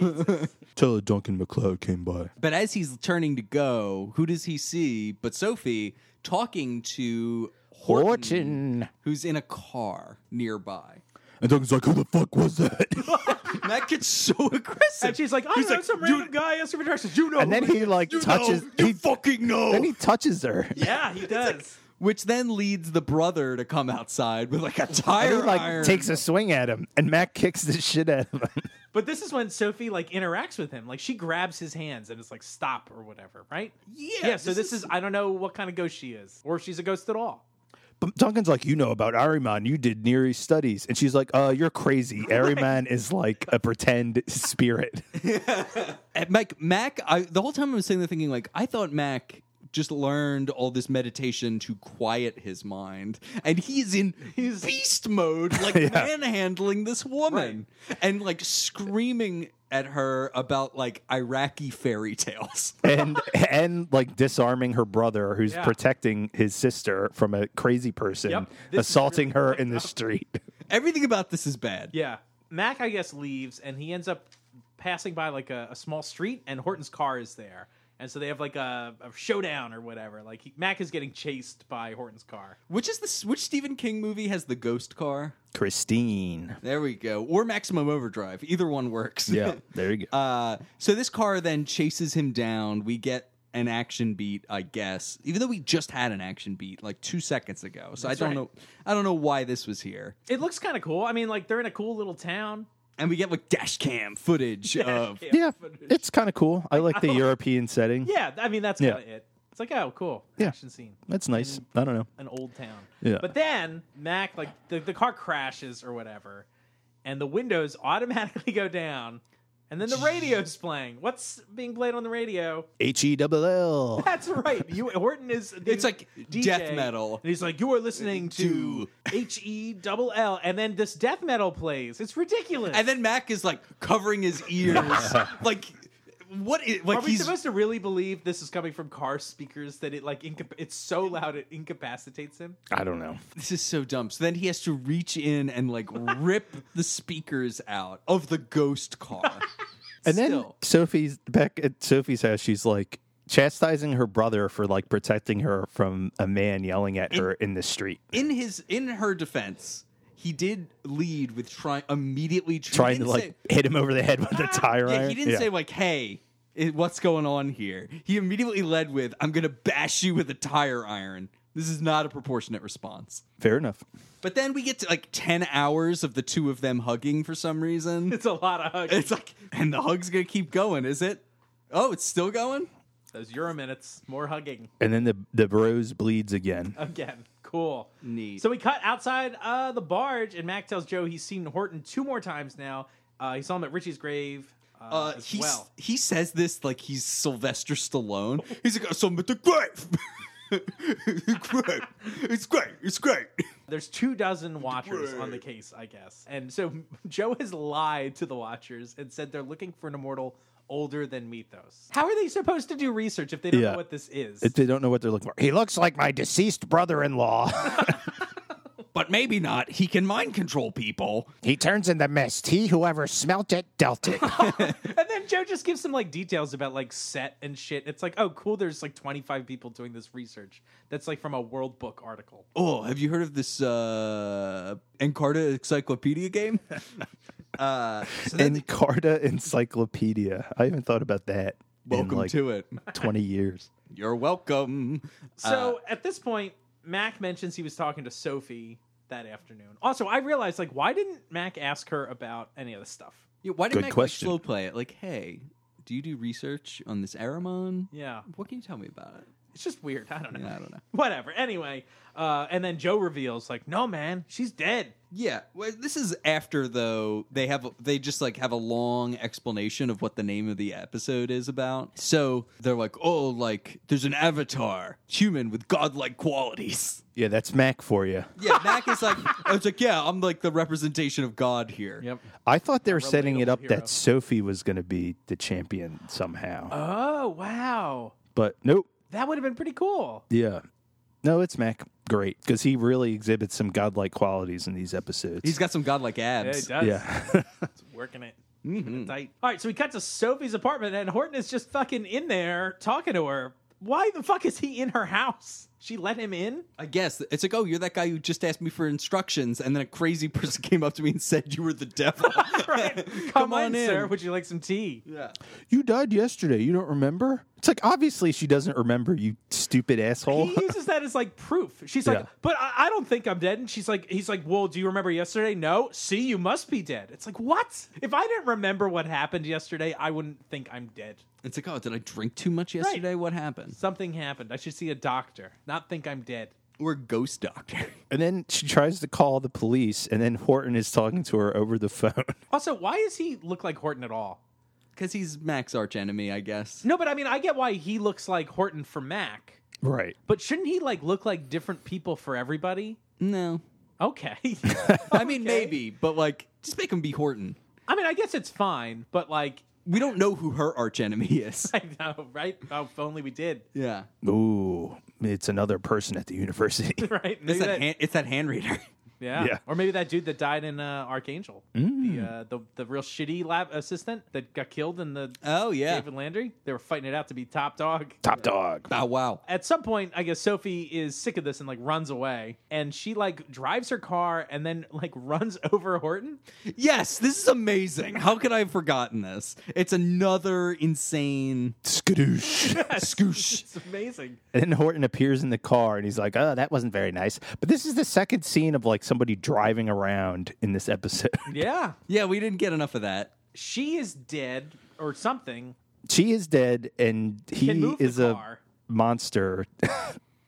Tell her Duncan McLeod came by.
But as he's turning to go, who does he see? But Sophie talking to Horton,
Horton.
who's in a car nearby.
And Duncan's like, who the fuck was that?
That gets so aggressive.
And she's like, I
He's
don't know, some random guy asked her for directions. You know.
And
who
then
I
he
am."
like
You
touches.
know, you
he,
fucking know.
then he touches her.
Yeah, he does.
which then leads the brother to come outside with like a tire
And he like
iron.
takes a swing at him, and Mac kicks the shit out of him.
But this is when Sophie like interacts with him. Like she grabs his hands and it's like stop or whatever, right?
Yeah,
Yeah. So
this
this is I don't know what kind of ghost she is, or if she's a ghost at all.
But Duncan's like, you know about Ariman. You did Near East studies, and she's like, uh, you're crazy. Ariman is like a pretend spirit.
And Mac, Uh, Mac, I, the whole time I was sitting there thinking like, I thought Mac just learned all this meditation to quiet his mind, and he's in beast mode, like manhandling this woman and like screaming at her about like Iraqi fairy tales.
and and like disarming her brother who's
Yeah.
protecting his sister from a crazy person
Yep. This is
assaulting
really
her
fucked
in the
up.
street.
Everything about this is bad.
Yeah. Mac, I guess, leaves and he ends up passing by like a, a small street and Horton's car is there. And so they have like a, a showdown or whatever. Like he, Mac is getting chased by Horton's car.
Which is this? Which Stephen King movie has the ghost car?
Christine.
There we go. Or Maximum Overdrive. Either one works.
Yeah, there you go.
Uh, so this car then chases him down. We get an action beat, I guess. Even though we just had an action beat like two seconds ago, so I don't
right.
know. I don't know why this was here.
It looks kind of cool. I mean, like they're in a cool little town.
And we get like dash cam footage of.
yeah, it's kind of cool. I like the European setting.
Yeah, I mean that's
Yeah.
kind of it. It's like oh cool
Yeah.
action scene,
That's nice. I don't know.
an old town.
Yeah.
But then Mac like the, the car crashes or whatever, and the windows automatically go down, and then the radio's playing. What's being played on the radio?
H E double L.
That's right. You Horton is. the
It's like
DJ,
death metal. Uh,
and he's like you are listening to H E double L, and then this death metal plays. It's ridiculous.
And then Mac is like covering his ears, like. What is like
Are we
he's
supposed to really believe this is coming from car speakers that it like inca- it's so loud it incapacitates him?
I don't know.
this is so dumb. So then he has to reach in and like rip the speakers out of the ghost car.
And then
Still.
Sophie's back at Sophie's house. She's like chastising her brother for like protecting her from a man yelling at her in the street.
in his in her defense, he did lead with trying immediately tr- he
Trying to
didn't
like hit him over the head with a tire
say, yeah,
iron.
he didn't say like, "Hey, i- what's going on here?" He immediately led with, "I'm going to bash you with a tire iron." This is not a proportionate response.
Fair enough.
But then we get to like 10 hours of the two of them hugging for some reason.
It's a lot of hugs.
It's like, and the hug's going to keep going, is it? Oh, it's still going?
Those Euro minutes, more hugging
And then the the rose bleeds again.
again. Cool.
Neat.
So we cut outside uh, the barge, and Mac tells Joe he's seen Horton two more times now. Uh, he saw him at Richie's grave uh,
Uh,
as
he's,
well.
He says this like he's Sylvester Stallone. He's like, "So I'm at the grave. it's great. It's great. It's great.
There's two dozen watchers on the case, I guess. And so Joe has lied to the watchers and said they're looking for an immortal older than Mythos. How are they supposed to do research if they don't
Yeah.
know what this is?
If they don't know what they're looking for. He looks like my deceased brother-in-law.
But maybe not. He can mind control people.
He turns in the mist. He whoever smelt it dealt it.
And then Joe just gives some like details about like set and shit. It's like, oh, cool. There's like 25 people doing this research. That's like from a World Book article.
Oh, have you heard of this uh, Encarta Encyclopedia game? uh, so then
Encarta Encyclopedia. I haven't thought about that.
welcome to it.
Twenty years.
You're welcome. Uh,
So at this point, Mac mentions he was talking to Sophie that afternoon. Also, I realized like, why didn't Mac ask her about any of this stuff?
Yeah, why did
Good
Mac like,
question.
slow play it? Like, hey, Do you do research on this Aramon?
Yeah.
What can you tell me about it?
It's just weird. I don't know.
Yeah, I don't know.
Whatever. Anyway, uh, and then Joe reveals, like, no, man, she's dead.
Yeah, well, this is after though they have they just like have a long explanation of what the name of the episode is about. So they're like, oh, like there's an avatar human with godlike qualities.
Yeah, that's Mac for you.
Yeah, Mac is like, I was like, yeah, I'm like the representation of God here.
I thought they were setting it
relatable
up
hero.
that Sophie was going to be the champion somehow,
Oh, wow.
but nope.
That would have been pretty cool.
Yeah, no, it's Mac. Great, because he really exhibits some godlike qualities in these episodes.
He's got some godlike
Yeah,
abs.
it does.
yeah,
It's working it.
Mm-hmm.
Keeping it tight. All right, so we cut to Sophie's apartment, and Horton is just fucking in there talking to her. Why the fuck is he in her house? She let him in?
I guess it's like, oh, you're that guy who just asked me for instructions, and then a crazy person came up to me and said you were the devil.
Right. Come, on, sir. Would you like some tea?
you died yesterday. You don't remember? It's like obviously she doesn't remember. You stupid asshole.
He uses that as like proof. She's like,
Oh. Yeah.
but I, I don't think I'm dead. And she's like, he's like, well, do you remember yesterday? No. See, you must be dead. It's like, what? If I didn't remember what happened yesterday, I wouldn't think I'm dead.
It's like, oh, did I drink too much yesterday? What happened?
Something happened. I should see a doctor, not think I'm dead.
We're ghost doctor.
And then she tries to call the police, and then Horton is talking to her over the phone.
Also, why does he look like Horton at all?
Because he's Mac's archenemy, I guess.
No, but I mean, I get why he looks like Horton for Mac,
Right.
but shouldn't he like look like different people for everybody?
No.
Okay.
I mean, maybe, but like, just make him be Horton.
I mean, I guess it's fine, but like,
We don't know who her archenemy is.
I know, right? Oh, if only we did,
yeah.
Ooh, it's another person at the university.
right? Maybe
It's that,
that-
hand, it's that hand reader.
Yeah.
Yeah.
Or maybe that dude that died in uh, Archangel,
Mm.
the, uh, the the real shitty lab assistant that got killed in the
Oh, yeah.
David Landry. They were fighting it out to be top dog.
Top dog.
Bow wow.
At some point, I guess Sophie is sick of this and like runs away, and she like drives her car and then like runs over Horton.
Yes, this is amazing. How could I have forgotten this? It's another insane
Skadoosh.
scoosh.
It's amazing.
and then Horton appears in the car and he's like, oh, that wasn't very nice. But this is the second scene of like somebody driving around in this episode.
Yeah,
Yeah, we didn't get enough of that.
she is dead or something.
she is dead and he
Can move the
is a
car.
monster.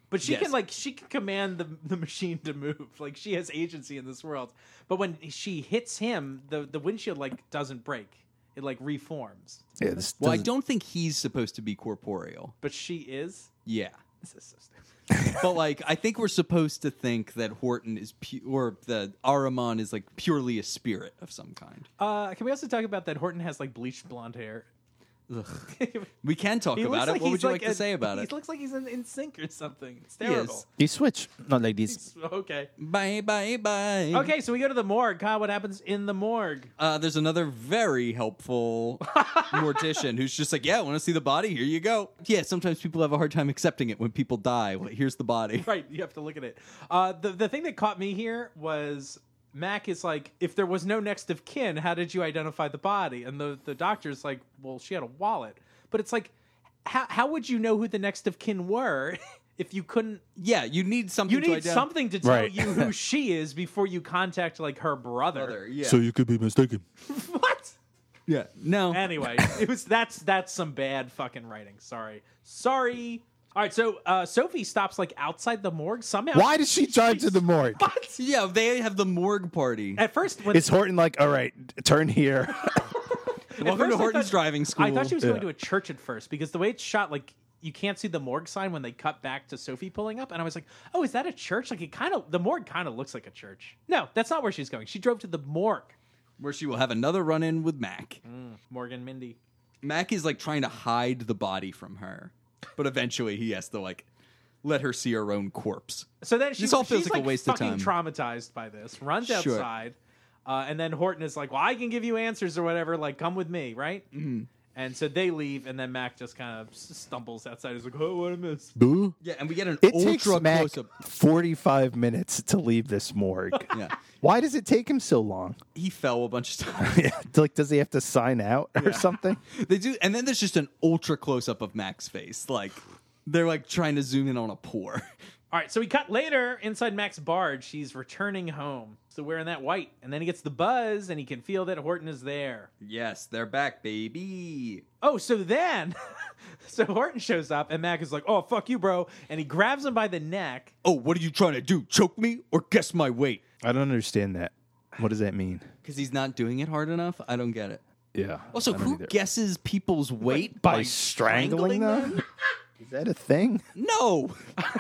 But she
Yes.
can like she can command the the machine to move. Like she has agency in this world. But when she hits him, the the windshield like doesn't break. It like reforms.
yeah, this
Well, I
doesn't-
don't think he's supposed to be corporeal.
But she is.
Yeah.
This is so stupid.
But like I think we're supposed to think that Horton is pu- or the Aramon is like purely a spirit of some kind.
Uh, can we also talk about that Horton has like bleached blonde hair?
We can talk
He looks
about it.
like
What
he's
would you like,
a-
to say about
He
it?
looks like he's in, in sync or something. It's
is.
terrible.
You switch. Not like these.
Okay.
bye bye bye.
Okay, so we go to the morgue. Kyle, what happens in the morgue?
Uh, there's another very helpful mortician who's just like, yeah, want to see the body? Here you go. Yeah, sometimes people have a hard time accepting it when people die. Well, here's the body.
Right, you have to look at it. Uh, the the thing that caught me here was Mac is like, if there was no next of kin, how did you identify the body? And the the doctor's like, well, she had a wallet, but it's like, how how would you know who the next of kin were if you couldn't?
Yeah, you need something.
You
to
need
ident-
something to tell
Right.
you who she is before you contact like her brother.
Brother, Yeah.
So you could be mistaken.
What?
yeah. No.
Anyway, it was that's that's some bad fucking writing. Sorry, sorry. All right, so uh, Sophie stops like outside the morgue somehow.
Why does she drive to the morgue?
What?
yeah, they have the morgue party.
At first, when
Is Horton like, all right, turn here?
At
Welcome
first
to
I
Horton's
thought-
driving school.
I thought she was going to a church at first because the way it's shot, like you can't see the morgue sign when they cut back to Sophie pulling up, and I was like, "Oh, is that a church?" Like it kind of the morgue kind of looks like a church. No, that's not where she's going. She drove to the morgue.
where she will have another run in with Mac.
Mm. Morgan Mindy.
Mac is like trying to hide the body from her, but eventually he has to like let her see her own corpse.
So then she,
This all feels
she's
like a waste of
fucking
time.
Traumatized by this, runs
Sure.
outside, uh, and then Horton is like, "Well, I can give you answers or whatever. Like, come with me, right?"
Mm-hmm.
And so they leave, and then Mac just kind of s- stumbles outside. He's like, "Oh, what a miss."
Boo.
Yeah, and we get an
It takes
ultra
Mac
close up.
45 minutes to leave this morgue.
Yeah.
Why does it take him so long?
He fell a bunch of times.
Yeah, like, does he have to sign out or something?
They do, and then there's just an ultra close up of Mac's face. Like they're like trying to zoom in on a pore.
All right, so we cut later inside Mac's barge. She's returning home. So wearing that white, and then he gets the buzz, and he can feel that Horton is there.
Yes, they're back, baby.
Oh, so then, so Horton shows up, and Mac is like, "Oh, fuck you, bro," and he grabs him by the neck.
Oh, what are you trying to do? Choke me or guess my weight?
I don't understand that. What does that mean?
Because he's not doing it hard enough. I don't get it.
Yeah.
Also,
I don't
who
either.
guesses people's weight
by strangling them? Is that a thing?
No.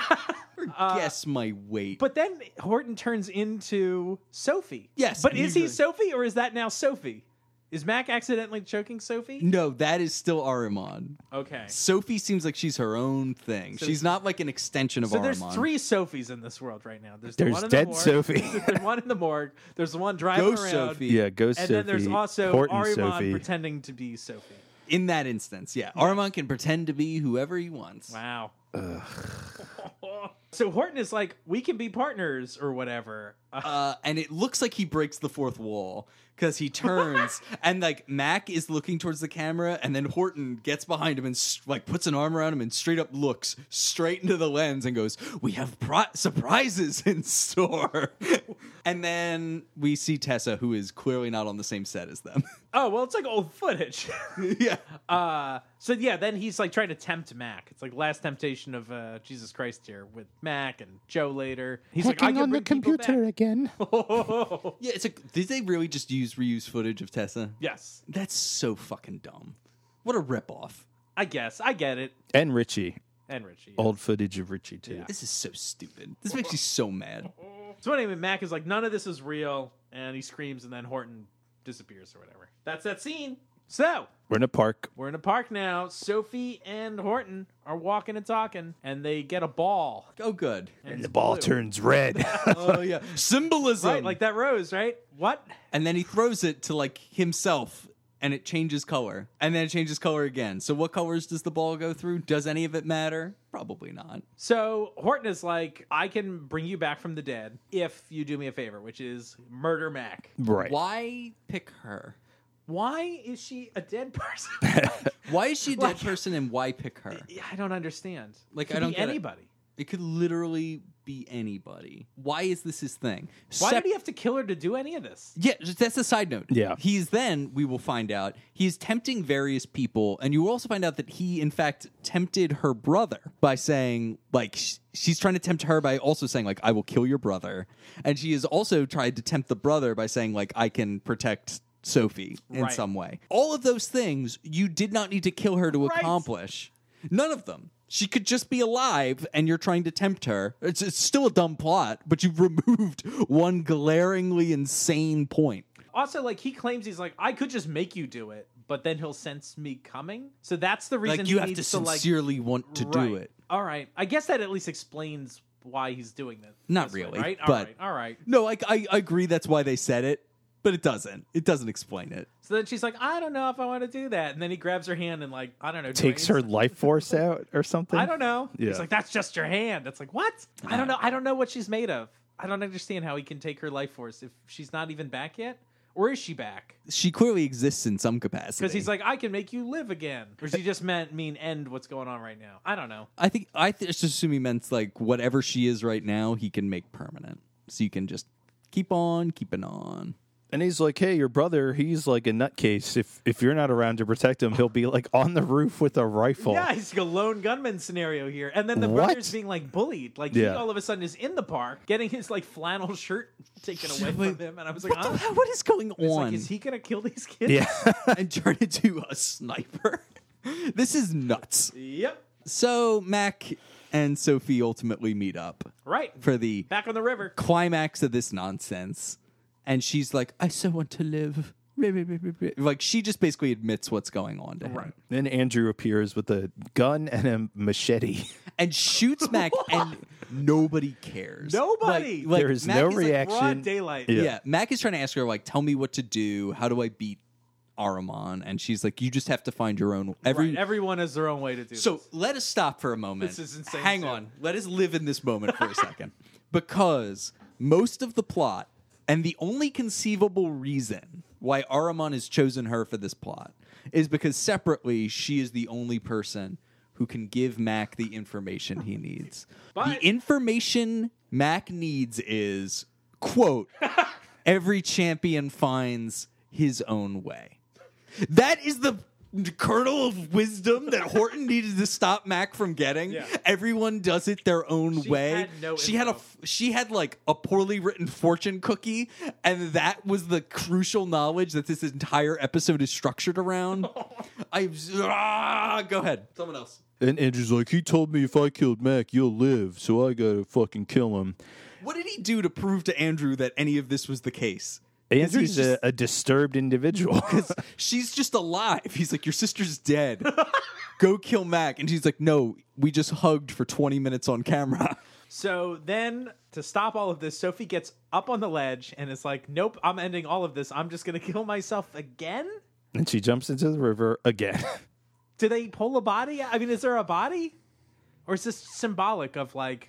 Or guess my weight.
But then Horton turns into Sophie.
Yes,
but is he
usually.
Sophie or is that now Sophie? Is Mac accidentally choking Sophie?
no, that is still Ahriman.
Okay.
Sophie seems like she's her own thing. she's not like an extension of
So
Ahriman.
there's three Sophies in this world right now. There's, the
There's
one in
dead
the morgue,
Sophie.
There's one in the morgue. There's the one driving
Go
around.
Sophie.
Yeah, Ghost
And
Sophie.
then there's also
Horton
Ahriman
Sophie.
pretending to be Sophie.
In that instance, yeah. Ahriman can pretend to be whoever he wants.
Wow. so Horton is like, we can be partners or whatever. Uh,
Uh, and it looks like he breaks the fourth wall because he turns and like Mac is looking towards the camera, and then Horton gets behind him and s- like puts an arm around him and straight up looks straight into the lens and goes, "We have pri- surprises in store." and then we see Tessa, who is clearly not on the same set as them.
oh well, it's like old footage.
yeah,
Uh, so yeah, then he's like trying to tempt Mac. It's like last temptation of uh, Jesus Christ here with Mac and Joe later. He's like, I can
on the
bring people
computer
back." Oh,
again.
yeah. It's like, did they really just use reuse footage of Tessa?
Yes,
That's so fucking dumb. What a ripoff.
I guess I get it.
and Richie.
And Richie. yeah.
Old footage of Richie too.
This is so stupid. This makes me so mad.
So anyway, Mac is like, none of this is real, and he screams, and then Horton disappears or whatever. That's that scene. So
We're in a park.
we're in a park now. Sophie and Horton are walking and talking, and they get a ball.
Oh, good.
And the ball turns red.
Oh yeah, symbolism.
Right, like that rose, right? What?
and then he throws it to like himself, and it changes color, and then it changes color again. So what colors does the ball go through? Does any of it matter? Probably not.
So Horton is like, I can bring you back from the dead if you do me a favor, which is murder Mac.
right.
Why pick her?
Why is she a dead person?
Why is she a dead person, and why pick her?
Yeah, I don't understand.
Like,
Could
I don't
be
get it.
anybody.
It could literally be anybody. Why is this his thing?
Why
Sep-
did he have to kill her to do any of this?
Yeah, just- that's a side note.
Yeah.
He's then, we will find out, he's tempting various people. And you will also find out that he, in fact, tempted her brother by saying, like, sh- she's trying to tempt her by also saying, like, I will kill your brother. And she has also tried to tempt the brother by saying, like, I can protect Sophie in
Right.
some way. All of those things you did not need to kill her to
Right.
accomplish. None of them. She could just be alive, and you're trying to tempt her. It's, it's still a dumb plot, but you've removed one glaringly insane point.
Also, like he claims he's like, I could just make you do it, but then he'll sense me coming. So that's the reason
Like
he
you have to
needs to like
sincerely want to do
Right.
it.
All right, I guess that at least explains why he's doing this.
Not
this way,
really,
right? all
but-
right, all right.
No, I, I I agree. That's why they said it, but it doesn't. It doesn't explain it.
So then she's like, I don't know if I want to do that, and then he grabs her hand and like, I don't know, drains
Takes her life force out or something.
I don't know.
Yeah.
He's like, that's just your hand. It's like, what? I don't know. I don't know what she's made of. I don't understand how he can take her life force if she's not even back yet. Or is she back?
She clearly exists in some capacity.
Because he's like, I can make you live again. Or she just meant mean end what's going on right now. I don't know.
I think I th- just assume he meant like whatever she is right now, he can make permanent. So you can just keep on keeping on.
And he's like, "Hey, your brother, he's like a nutcase. If if you're not around to protect him, he'll be like on the roof with a rifle."
Yeah, he's like a lone gunman scenario here. And then the
What?
brother's being like bullied. Like he
Yeah.
all of a sudden is in the park getting his like flannel shirt taken away from him. And I was like,
What, the,
huh?
hell- what is going
It's
on?
like, is he gonna kill these kids?
Yeah.
and turn into a sniper. this is nuts.
Yep.
So Mac and Sophie ultimately meet up
Right.
for the
Back on the river.
climax of this nonsense, and she's like, "I so want to live." Like she just basically admits what's going on to him
Then Andrew appears with a gun and a machete.
and shoots Mac, and nobody cares.
Nobody!
Like- like,
there is
Mac
no
is, like,
reaction.
Broad daylight.
Yeah.
yeah. Mac is trying to ask her like, "Tell me what to do. How do I beat Aramon?" And she's like, "You just have to find your own every."
Right, everyone has their own way to do
so
this.
let us stop for a moment.
This is insane,
Hang
too.
on. Let us live in this moment for a second, because most of the plot and the only conceivable reason why Aramon has chosen her for this plot is because separately she is the only person who can give Mac the information he needs.
But-
the information Mac needs is quote every champion finds his own way. That is the kernel of wisdom that Horton needed to stop Mac from getting. Everyone does it their own
She
way.
had no
she had a
info.
she had like a poorly written fortune cookie, and that was the crucial knowledge that this entire episode is structured around. I ah, go ahead, someone else.
And Andrew's like, he told me if I killed Mac, you'll live, so I gotta fucking kill him.
What did he do to prove to Andrew that any of this was the case?
Andrew's
just-
a, a disturbed individual.
She's just alive. He's like, Your sister's dead. Go kill Mac. And she's like, No, we just hugged for 20 minutes on camera.
So then, to stop all of this, Sophie gets up on the ledge and is like, "Nope, I'm ending all of this. I'm just gonna kill myself again."
and she jumps into the river again.
Do they pull a body? I mean, is there a body, or is this symbolic of like,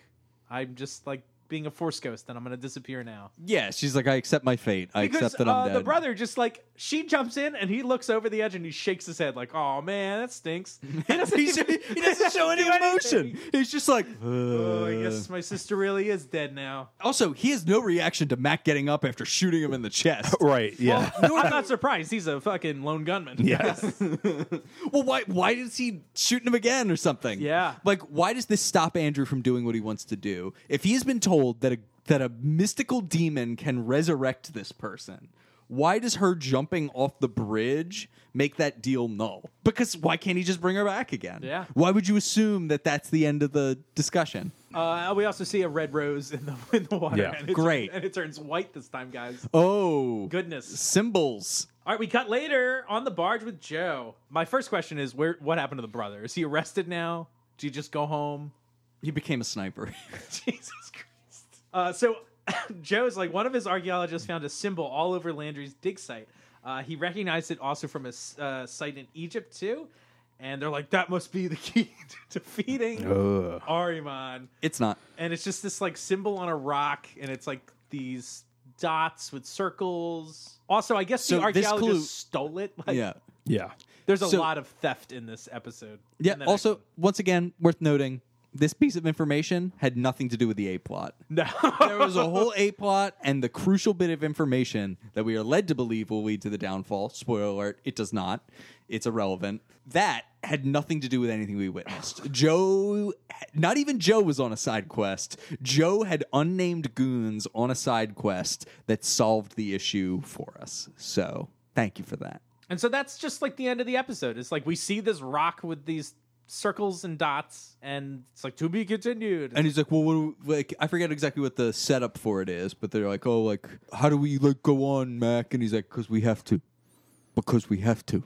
I'm just like being a force ghost and I'm gonna disappear now?
Yeah, she's like, I accept my fate. I
Because
accept that I'm
uh,
dead.
the brother just like she jumps in and he looks over the edge and he shakes his head like, "Oh man, that stinks." He doesn't,
he,
even-
he doesn't show any
do anything.
emotion. Uh. He's just like,
Oh, I guess my sister really is dead now.
Also, he has no reaction to Mac getting up after shooting him in the chest.
right,
Oh,
yeah.
I'm not surprised. He's a fucking lone gunman.
yes.
Well, why why is he shooting him again or something?
Yeah.
Like, why does this stop Andrew from doing what he wants to do? If he's been told that a that a mystical demon can resurrect this person, why does her jumping off the bridge make that deal null? Because why can't he just bring her back again?
Yeah.
Why would you assume that that's the end of the discussion?
Uh, we also see a red rose in the in the water.
Yeah.
and it
Great.
and it turns white this time, guys.
Oh,
Goodness.
symbols.
All right, we cut later on the barge with Joe. My first question is, where what happened to the brother? Is he arrested now? Do you just go home?
He became a sniper.
Jesus Christ. Uh, so Joe's like, one of his archaeologists found a symbol all over Landry's dig site. Uh, he recognized it also from a s- uh, site in Egypt, too. And they're like, that must be the key to defeating Ahriman.
it's not.
And it's just this like symbol on a rock, and it's like these dots with circles. Also, I guess
So
the
this
archaeologist
clue-
stole it. Like,
Yeah.
Yeah.
There's a
So-
lot of theft in this episode.
Yeah.
And the next
Also,
one.
once again, worth noting, this piece of information had nothing to do with the A plot.
no.
There was a whole A plot, and the crucial bit of information that we are led to believe will lead to the downfall. Spoiler alert: it does not. It's irrelevant. That had nothing to do with anything we witnessed. Joe, not even Joe, was on a side quest. Joe had unnamed goons on a side quest that solved the issue for us. So, thank you for that.
And so that's just like the end of the episode. It's like we see this rock with these circles and dots, and it's like to be continued.
And he's like, "Well, what do we, like I forget exactly what the setup for it is, but they're like, "Oh, like how do we like go on, Mac?" And he's like, "Cuz we have to. Because we have to."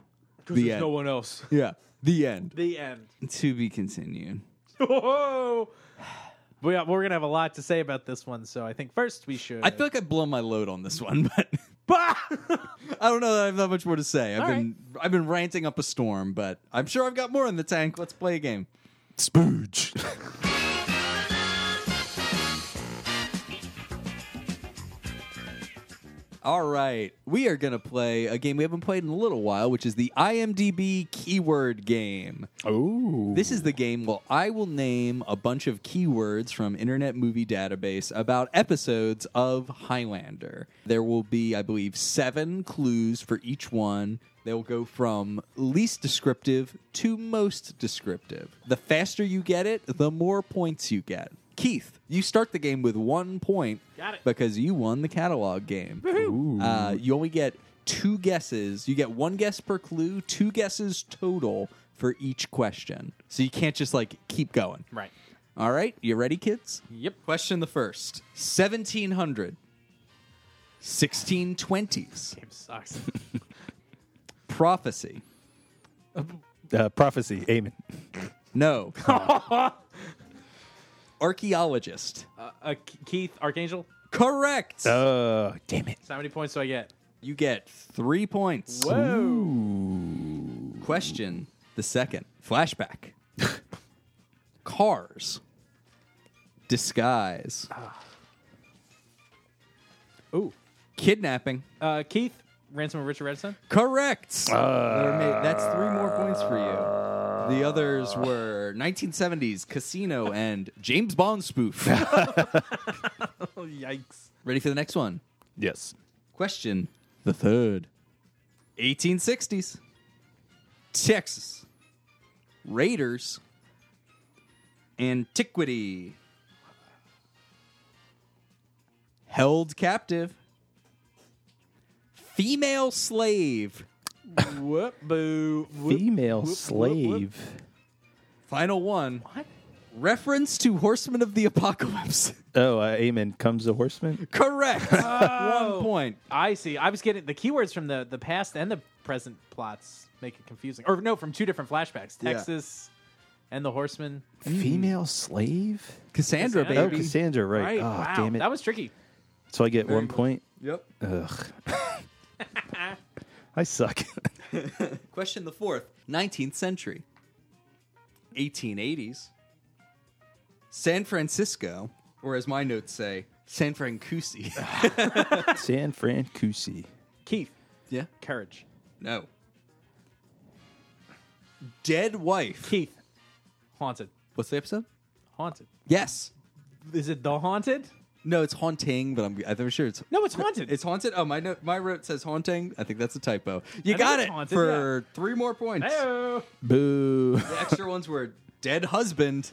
The
there's
end.
no one else.
yeah. The end.
The end.
To be continued.
Whoa. We are, we're gonna have a lot to say about this one, so I think first we should.
I feel like I've blown my load on this one, but
Bah!
I don't know that I have that much more to say. I've
All
been I've been ranting up a storm, but I'm sure I've got more in the tank. Let's play a game.
Spooge.
All right. We are going to play a game we haven't played in a little while, which is the IMDb keyword game.
Oh.
This is the game. Well, I will name a bunch of keywords from Internet Movie Database about episodes of Highlander. There will be, I believe, seven clues for each one. They'll go from least descriptive to most descriptive. The faster you get it, the more points you get. Keith, you start the game with one point
Got it.
because you won the catalog game. Uh, you only get two guesses. You get one guess per clue, two guesses total for each question. So you can't just like keep going.
right.
All right, you ready, kids?
Yep.
Question the first 1700, 1620s,
Game sucks.
prophecy.
Uh, prophecy. Amen.
No. Archaeologist.
uh, uh, Keith Archangel.
Correct.
Uh, damn it.
So how many points do I get?
you get three points.
Whoa.
Question the second flashback. Cars. Disguise.
Ooh.
Kidnapping.
Uh, Keith Ransom of Richard Redstone.
Correct. There may- That's three more points for you. The others were 1970s Casino and James Bond spoof.
Oh yikes.
Ready for the next one?
Yes.
Question the third 1860s. Texas. Raiders. Antiquity. Held captive. Female slave.
Whoop boo. Whoop.
Female
whoop, whoop.
slave.
Final one.
What?
Reference to Horsemen of the Apocalypse.
Oh, uh, Amen comes a horseman.
Correct. One point.
I see. I was getting the keywords from the the past and the present plots make it confusing. Or no, from two different flashbacks:
Yeah.
Texas and the Horseman.
Female slave.
Cassandra.
Cassandra,
Mm. Oh,
baby.
Cassandra, right?
Right.
Oh,
wow.
damn it!
That was tricky.
so I get one
good.
point.
Yep.
Ugh. I suck.
Question the fourth 19th century, 1880s, San Francisco, or as my notes say, San Francusi.
San Francusi.
Keith,
yeah?
courage.
No. Dead Wife.
Keith, haunted.
What's the episode?
Haunted.
Yes.
Is it the haunted?
No, it's haunting, but I'm, I'm sure it's.
No, it's haunted.
It's haunted. Oh, my note, my note says haunting. I think that's a typo. You
I think
got
it's
it
haunted,
for three more points.
Heyo.
Boo.
The extra ones were dead husband,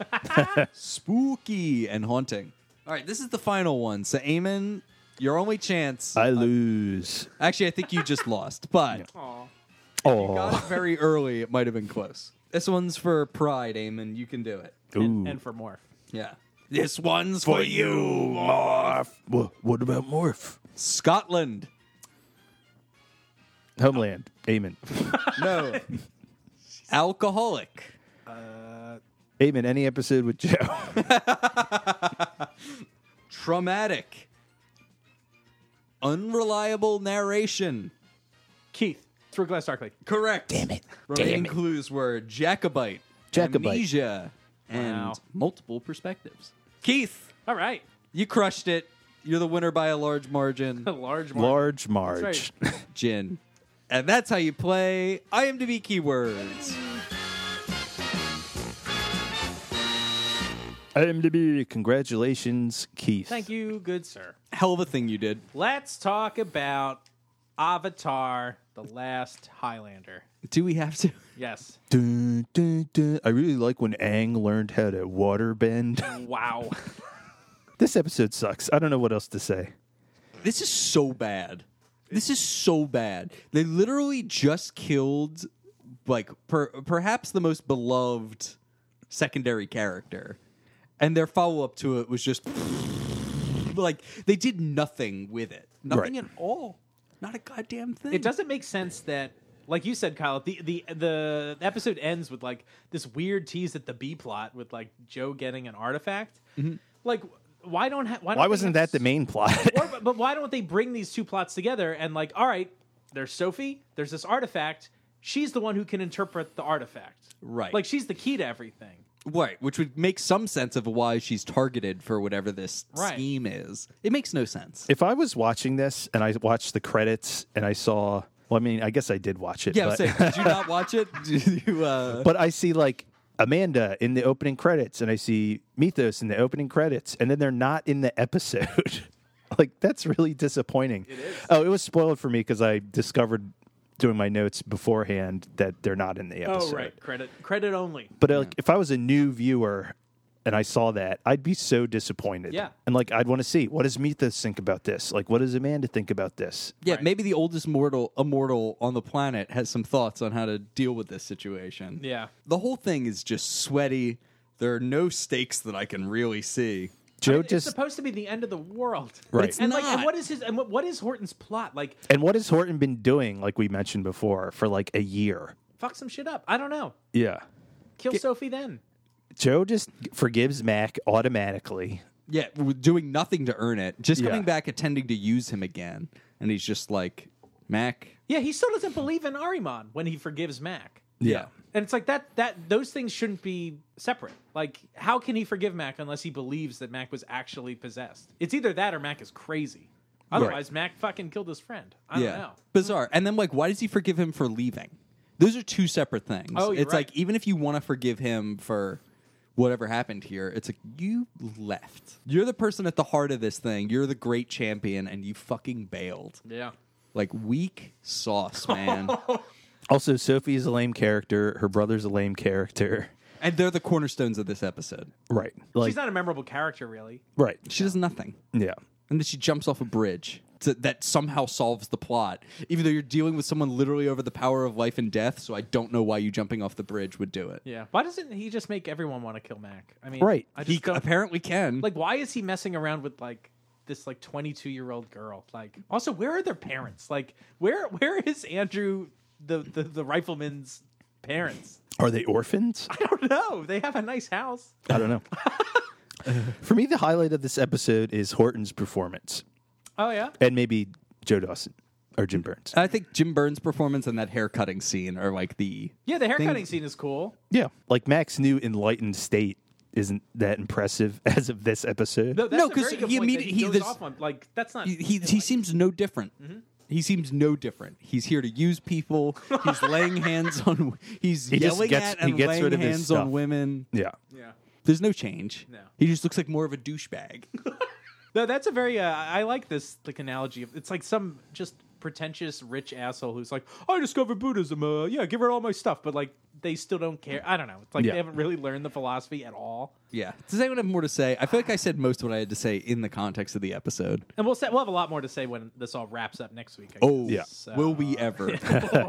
spooky, and haunting. All right, this is the final one. So, Eamon, your only chance.
I lose.
Actually, I think you just lost, but got
Oh.
it very early. It might have been close. This one's for pride, Eamon. You can do it.
And, and for Morph.
Yeah. This one's for you,
What, what about Morph?
Scotland.
Homeland. Amen.
No. Alcoholic.
Amen. Any episode with Joe.
Traumatic. Unreliable narration.
Keith, through glass darkly.
Correct. Damn it. Remaining clues were Jacobite,
Jacobite.
Amnesia, and
Wow.
multiple perspectives. Keith,
All right.
you crushed it. You're the winner by a large margin.
A large one.
Large
That's
Marge.
Jin. And that's how you play IMDb keywords.
IMDb. Congratulations, Keith.
Thank you, good sir.
Hell of a thing you did.
Let's talk about Avatar The Last Highlander.
Do we have to?
Yes.
Dun, dun, dun. I really like when Aang learned how to water bend.
Wow.
this episode sucks. I don't know what else to say.
This is so bad. This is so bad. They literally just killed, like, per, perhaps the most beloved secondary character. And their follow up to it was just like they did nothing with it. Nothing
Right.
at all. Not a goddamn thing.
it doesn't make sense that like you said kyle the, the the episode ends with like this weird tease at the b plot with like joe getting an artifact like why don't ha- why, don't
Mm-hmm. Why
they
wasn't
have
that the
s-
main plot?
or, but- but why don't they bring these two plots together and like all right there's sophie there's this artifact she's the one who can interpret the artifact
Right.
like she's the key to everything
Right, which would make some sense of why she's targeted for whatever this
Right.
scheme is. It makes no sense.
if I was watching this and I watched the credits and I saw, well, I mean, I guess I did watch it.
yeah, I'm
but,
saying, did you not watch it? Did you, uh,
but I see like Amanda in the opening credits and I see Mythos in the opening credits, and then they're not in the episode. like that's really disappointing. It is. Oh, it was spoiled for me because I discovered doing my notes beforehand that they're not in
Oh,
the episode.
credit credit only
But like, if I was a new viewer and I saw that, I'd be so disappointed.
Yeah.
And like, I'd want to see what does Mythos think about this? Like, what does Amanda think about this?
yeah, maybe the oldest mortal immortal on the planet has some thoughts on how to deal with this situation.
Yeah.
The whole thing is just sweaty. There are no stakes that I can really see.
Joe
it's
just
supposed to be the end of the world
Right. it's
and like and
not.
what is his and what, what is horton's plot like
and what has Horton been doing? Like we mentioned before, for like a year.
fuck some shit up i don't know
Yeah.
kill sophie then
Joe just forgives Mac automatically.
Yeah, we're doing nothing to earn it. Just
Yeah.
coming back attending to use him again. And he's just like, Mac.
Yeah, he still doesn't believe in Arimon when he forgives Mac.
Yeah.
And it's like that that those things shouldn't be separate. Like how can he forgive Mac unless he believes that Mac was actually possessed? It's either that or Mac is crazy. Otherwise, Mac fucking killed his friend. I don't know.
Bizarre. And then like why does he forgive him for leaving? Those are two separate things.
Oh, you're
it's
right.
like even if you want to forgive him for whatever happened here. It's like you left. You're the person at the heart of this thing. You're the great champion, and you fucking bailed.
Yeah.
Like weak sauce, man.
Also, Sophie is a lame character. Her brother's a lame character.
and they're the cornerstones of this episode.
Right. Like
She's not a memorable character, really.
right.
She does nothing.
Yeah.
and then she jumps off a bridge to, that somehow solves the plot even though you're dealing with someone literally over the power of life and death so i don't know why you jumping off the bridge would do it
Yeah. Why doesn't he just make everyone want to kill Mac? I mean,
Right.
I just
he
don't-
apparently can
like, why is he messing around with like this like 22 year old girl? Like, also, where are their parents? Like, where where is Andrew the the, the rifleman's parents?
Are they orphans?
I don't know. They have a nice house.
I don't know. For me, the highlight of this episode is Horton's performance,
Oh yeah.
and maybe Joe Dawson or Jim Burns.
i think jim burns performance and that hair cutting scene are like the
Yeah, the haircutting scene is cool.
yeah, like Mac's new enlightened state isn't that impressive as of this episode.
No,
No,
that's
'cause
because he
he immediately-
immediately
he-
he goes
there's-
off on like Mm-hmm. that's not.
he, he, he seems no different he seems no different. He's here to use people. He's laying hands on. He's
He just
yelling
gets-
at
he
and
gets
laying
rid of his
hands
stuff.
on women.
yeah,
yeah.
There's no change.
No.
He just looks like more of a douchebag.
No, that's a very. Uh, I like this like analogy of it's like some just pretentious rich asshole who's like, I discovered Buddhism. Uh, yeah, give her all my stuff, but like they still don't care. I don't know. It's like
Yeah.
they haven't really learned the philosophy at all.
Yeah. Does anyone have more to say? I feel like I said most of what I had to say in the context of the episode.
And we'll say, we'll have a lot more to say when this all wraps up next week. I guess.
Oh, yeah.
So-
Will we ever?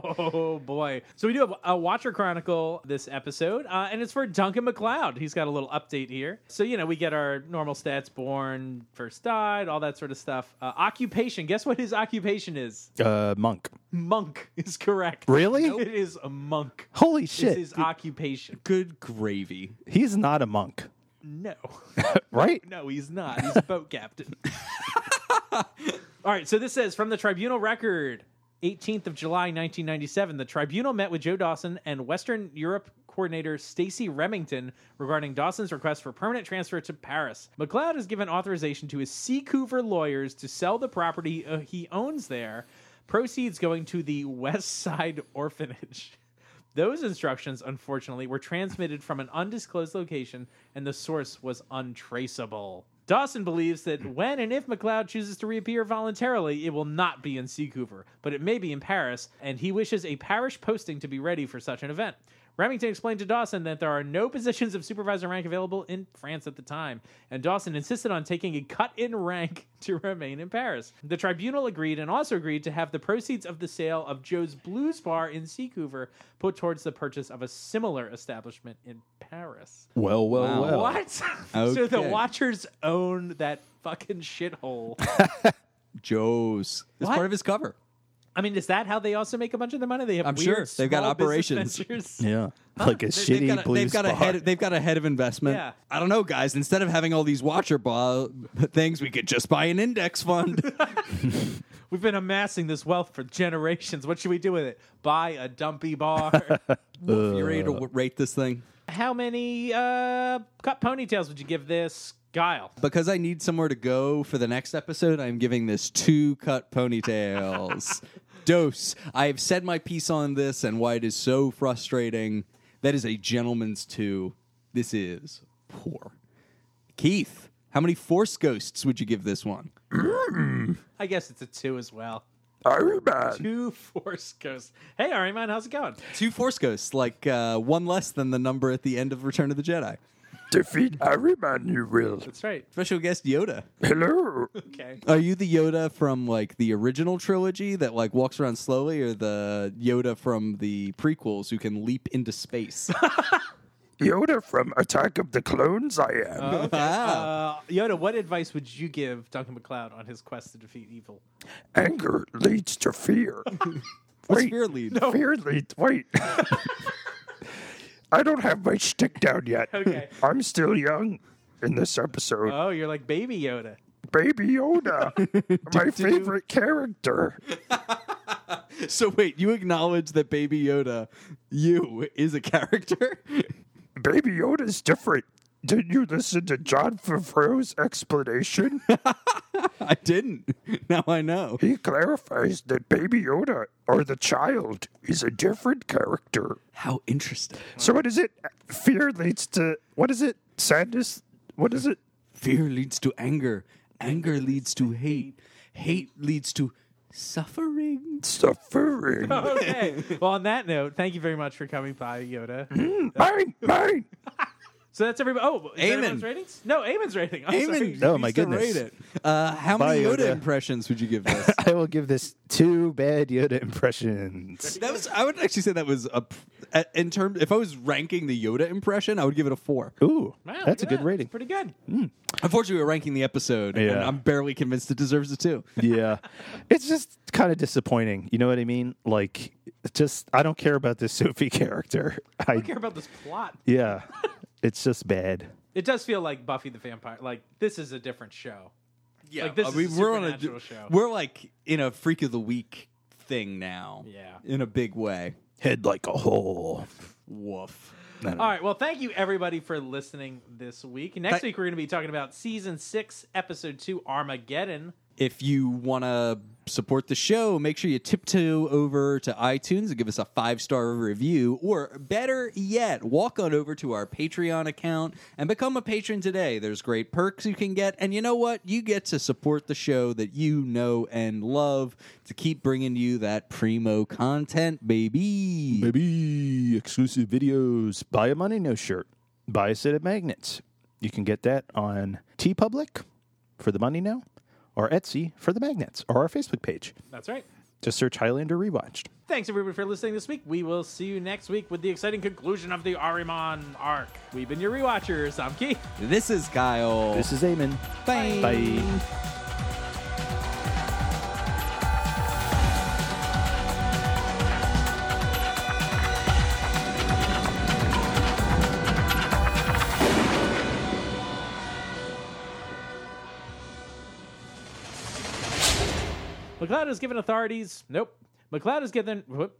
oh boy! So we do have a Watcher Chronicle this episode, uh, and it's for Duncan McLeod. He's got a little update here. So you know we get our normal stats: born, first died, all that sort of stuff. Uh, occupation. Guess what his occupation is?
uh, monk.
monk is correct.
Really?
It is a monk.
Holy
Is
shit,
his occupation.
Good gravy.
he's not a monk,
No.
right?
No, he's not. He's a boat captain. All right, so this says from the Tribunal record, 18th of July 1997, the Tribunal met with Joe Dawson and Western Europe coordinator Stacy Remington regarding Dawson's request for permanent transfer to Paris. McLeod has given authorization to his Seacouver lawyers to sell the property uh, he owns there, proceeds going to the West Side Orphanage. Those instructions, unfortunately, were transmitted from an undisclosed location, and the source was untraceable. Dawson believes that when and if McLeod chooses to reappear voluntarily, it will not be in Seacouver, but it may be in Paris, and he wishes a parish posting to be ready for such an event. Remington explained to Dawson that there are no positions of supervisor rank available in France at the time, and Dawson insisted on taking a cut in rank to remain in Paris. The tribunal agreed and also agreed to have the proceeds of the sale of Joe's Blues Bar in Seacouver put towards the purchase of a similar establishment in Paris.
Well, well,
Wow.
Oh, well.
What? so the
Oh. Okay.
Watchers own that fucking shithole.
Joe's. It's
What?
part of his cover.
I mean, is that how they also make a bunch of their money? They have
I'm
weird
sure. They've got
small business
operations.
ventures.
Yeah, like a shitty
they've got a,
blue
they've got a
spot.
head. They've got a head of investment.
Yeah.
I don't know, guys. Instead of having all these watcher ba- things, we could just buy an index fund.
We've been amassing this wealth for generations. What should we do with it? Buy a dumpy bar.
you ready to w- rate this thing?
How many uh, cut ponytails would you give this, Guile?
Because I need somewhere to go for the next episode, I'm giving this two cut ponytails. Dose. I have said my piece on this and why it is so frustrating. That is a gentleman's two. This is poor. Keith, how many force ghosts would you give this one?
I guess it's a two as well. Two force ghosts. Hey, Ariman, how's it going?
Two force ghosts, like uh, one less than the number at the end of Return of the Jedi.
Defeat Ahriman, you will.
That's right.
Special guest Yoda.
Hello.
Okay.
Are you the Yoda from like the original trilogy that like walks around slowly, or the Yoda from the prequels who can leap into space?
Yoda from Attack of the Clones, I am.
Wow.
Uh, Yoda, what advice would you give Duncan McLeod on his quest to defeat evil?
Anger leads to fear.
What's your lead?
Fear leads. Wait. I don't have my stick down yet.
Okay.
I'm still young in this episode.
Oh, you're like baby Yoda.
Baby Yoda, my favorite character.
So wait, you acknowledge that Baby Yoda, you is a character?
Baby Yoda's different. Did you listen to John Favreau's explanation?
I didn't. Now I know.
he clarifies that Baby Yoda, or the child, is a different character.
How interesting.
So what is it? Fear leads to what is it? Sadness? What is it?
Fear leads to anger. Anger leads to hate. Hate leads to suffering.
Suffering.
Okay. well, on that note, thank you very much for coming by, Yoda.
mine, mine.
So that's everybody. Oh, is
Eamon.
anyone's ratings? No, Eamon's rating. I'm sorry.
Eamon,
Oh,
you
my
used to
goodness.
rate it. Uh, how many
Bye,
Yoda,
Yoda.
impressions would you give this?
I will give this two bad Yoda impressions.
that was. I would actually say that was a. p- a- In terms, if I was ranking the Yoda impression, I would give it a four.
Ooh,
Wow, look
that's a
at
good
that.
rating.
It's pretty good.
Unfortunately, we're ranking the episode, and
Yeah.
I'm barely convinced it deserves a two.
yeah. It's just kind of disappointing. You know what I mean? Like, just, I don't care about this Sophie character. I,
I care about this plot.
yeah. It's just bad.
It does feel like Buffy the Vampire. Like this is a different show.
Yeah, uh,
Like, this is a
we're on a
supernatural show.
we're like in a freak of the week thing now.
Yeah.
in a big way.
Head like a hole.
Woof.
All right. Well, thank you everybody for listening this week. Next
Thank-
week we're going to be talking about season six, episode two, Armageddon.
If you want to support the show, make sure you tiptoe over to iTunes and give us a five star review, or better yet, walk on over to our Patreon account and become a patron today. There's great perks you can get, and you know what? You get to support the show that you know and love to keep bringing you that primo content, baby.
Maybe exclusive videos. Buy a Money No shirt. Buy a set of magnets. You can get that on T Public for the Money No or Etsy for the magnets or our Facebook page.
That's right.
Just search Highlander Rewatched.
Thanks everybody for listening this week. We will see you next week with the exciting conclusion of the Arimon arc. We've been your rewatchers. I'm Keith.
This is Kyle.
This is Eamon.
Bye.
Bye.
McLeod has given authorities. Nope. McLeod has given. Whoop.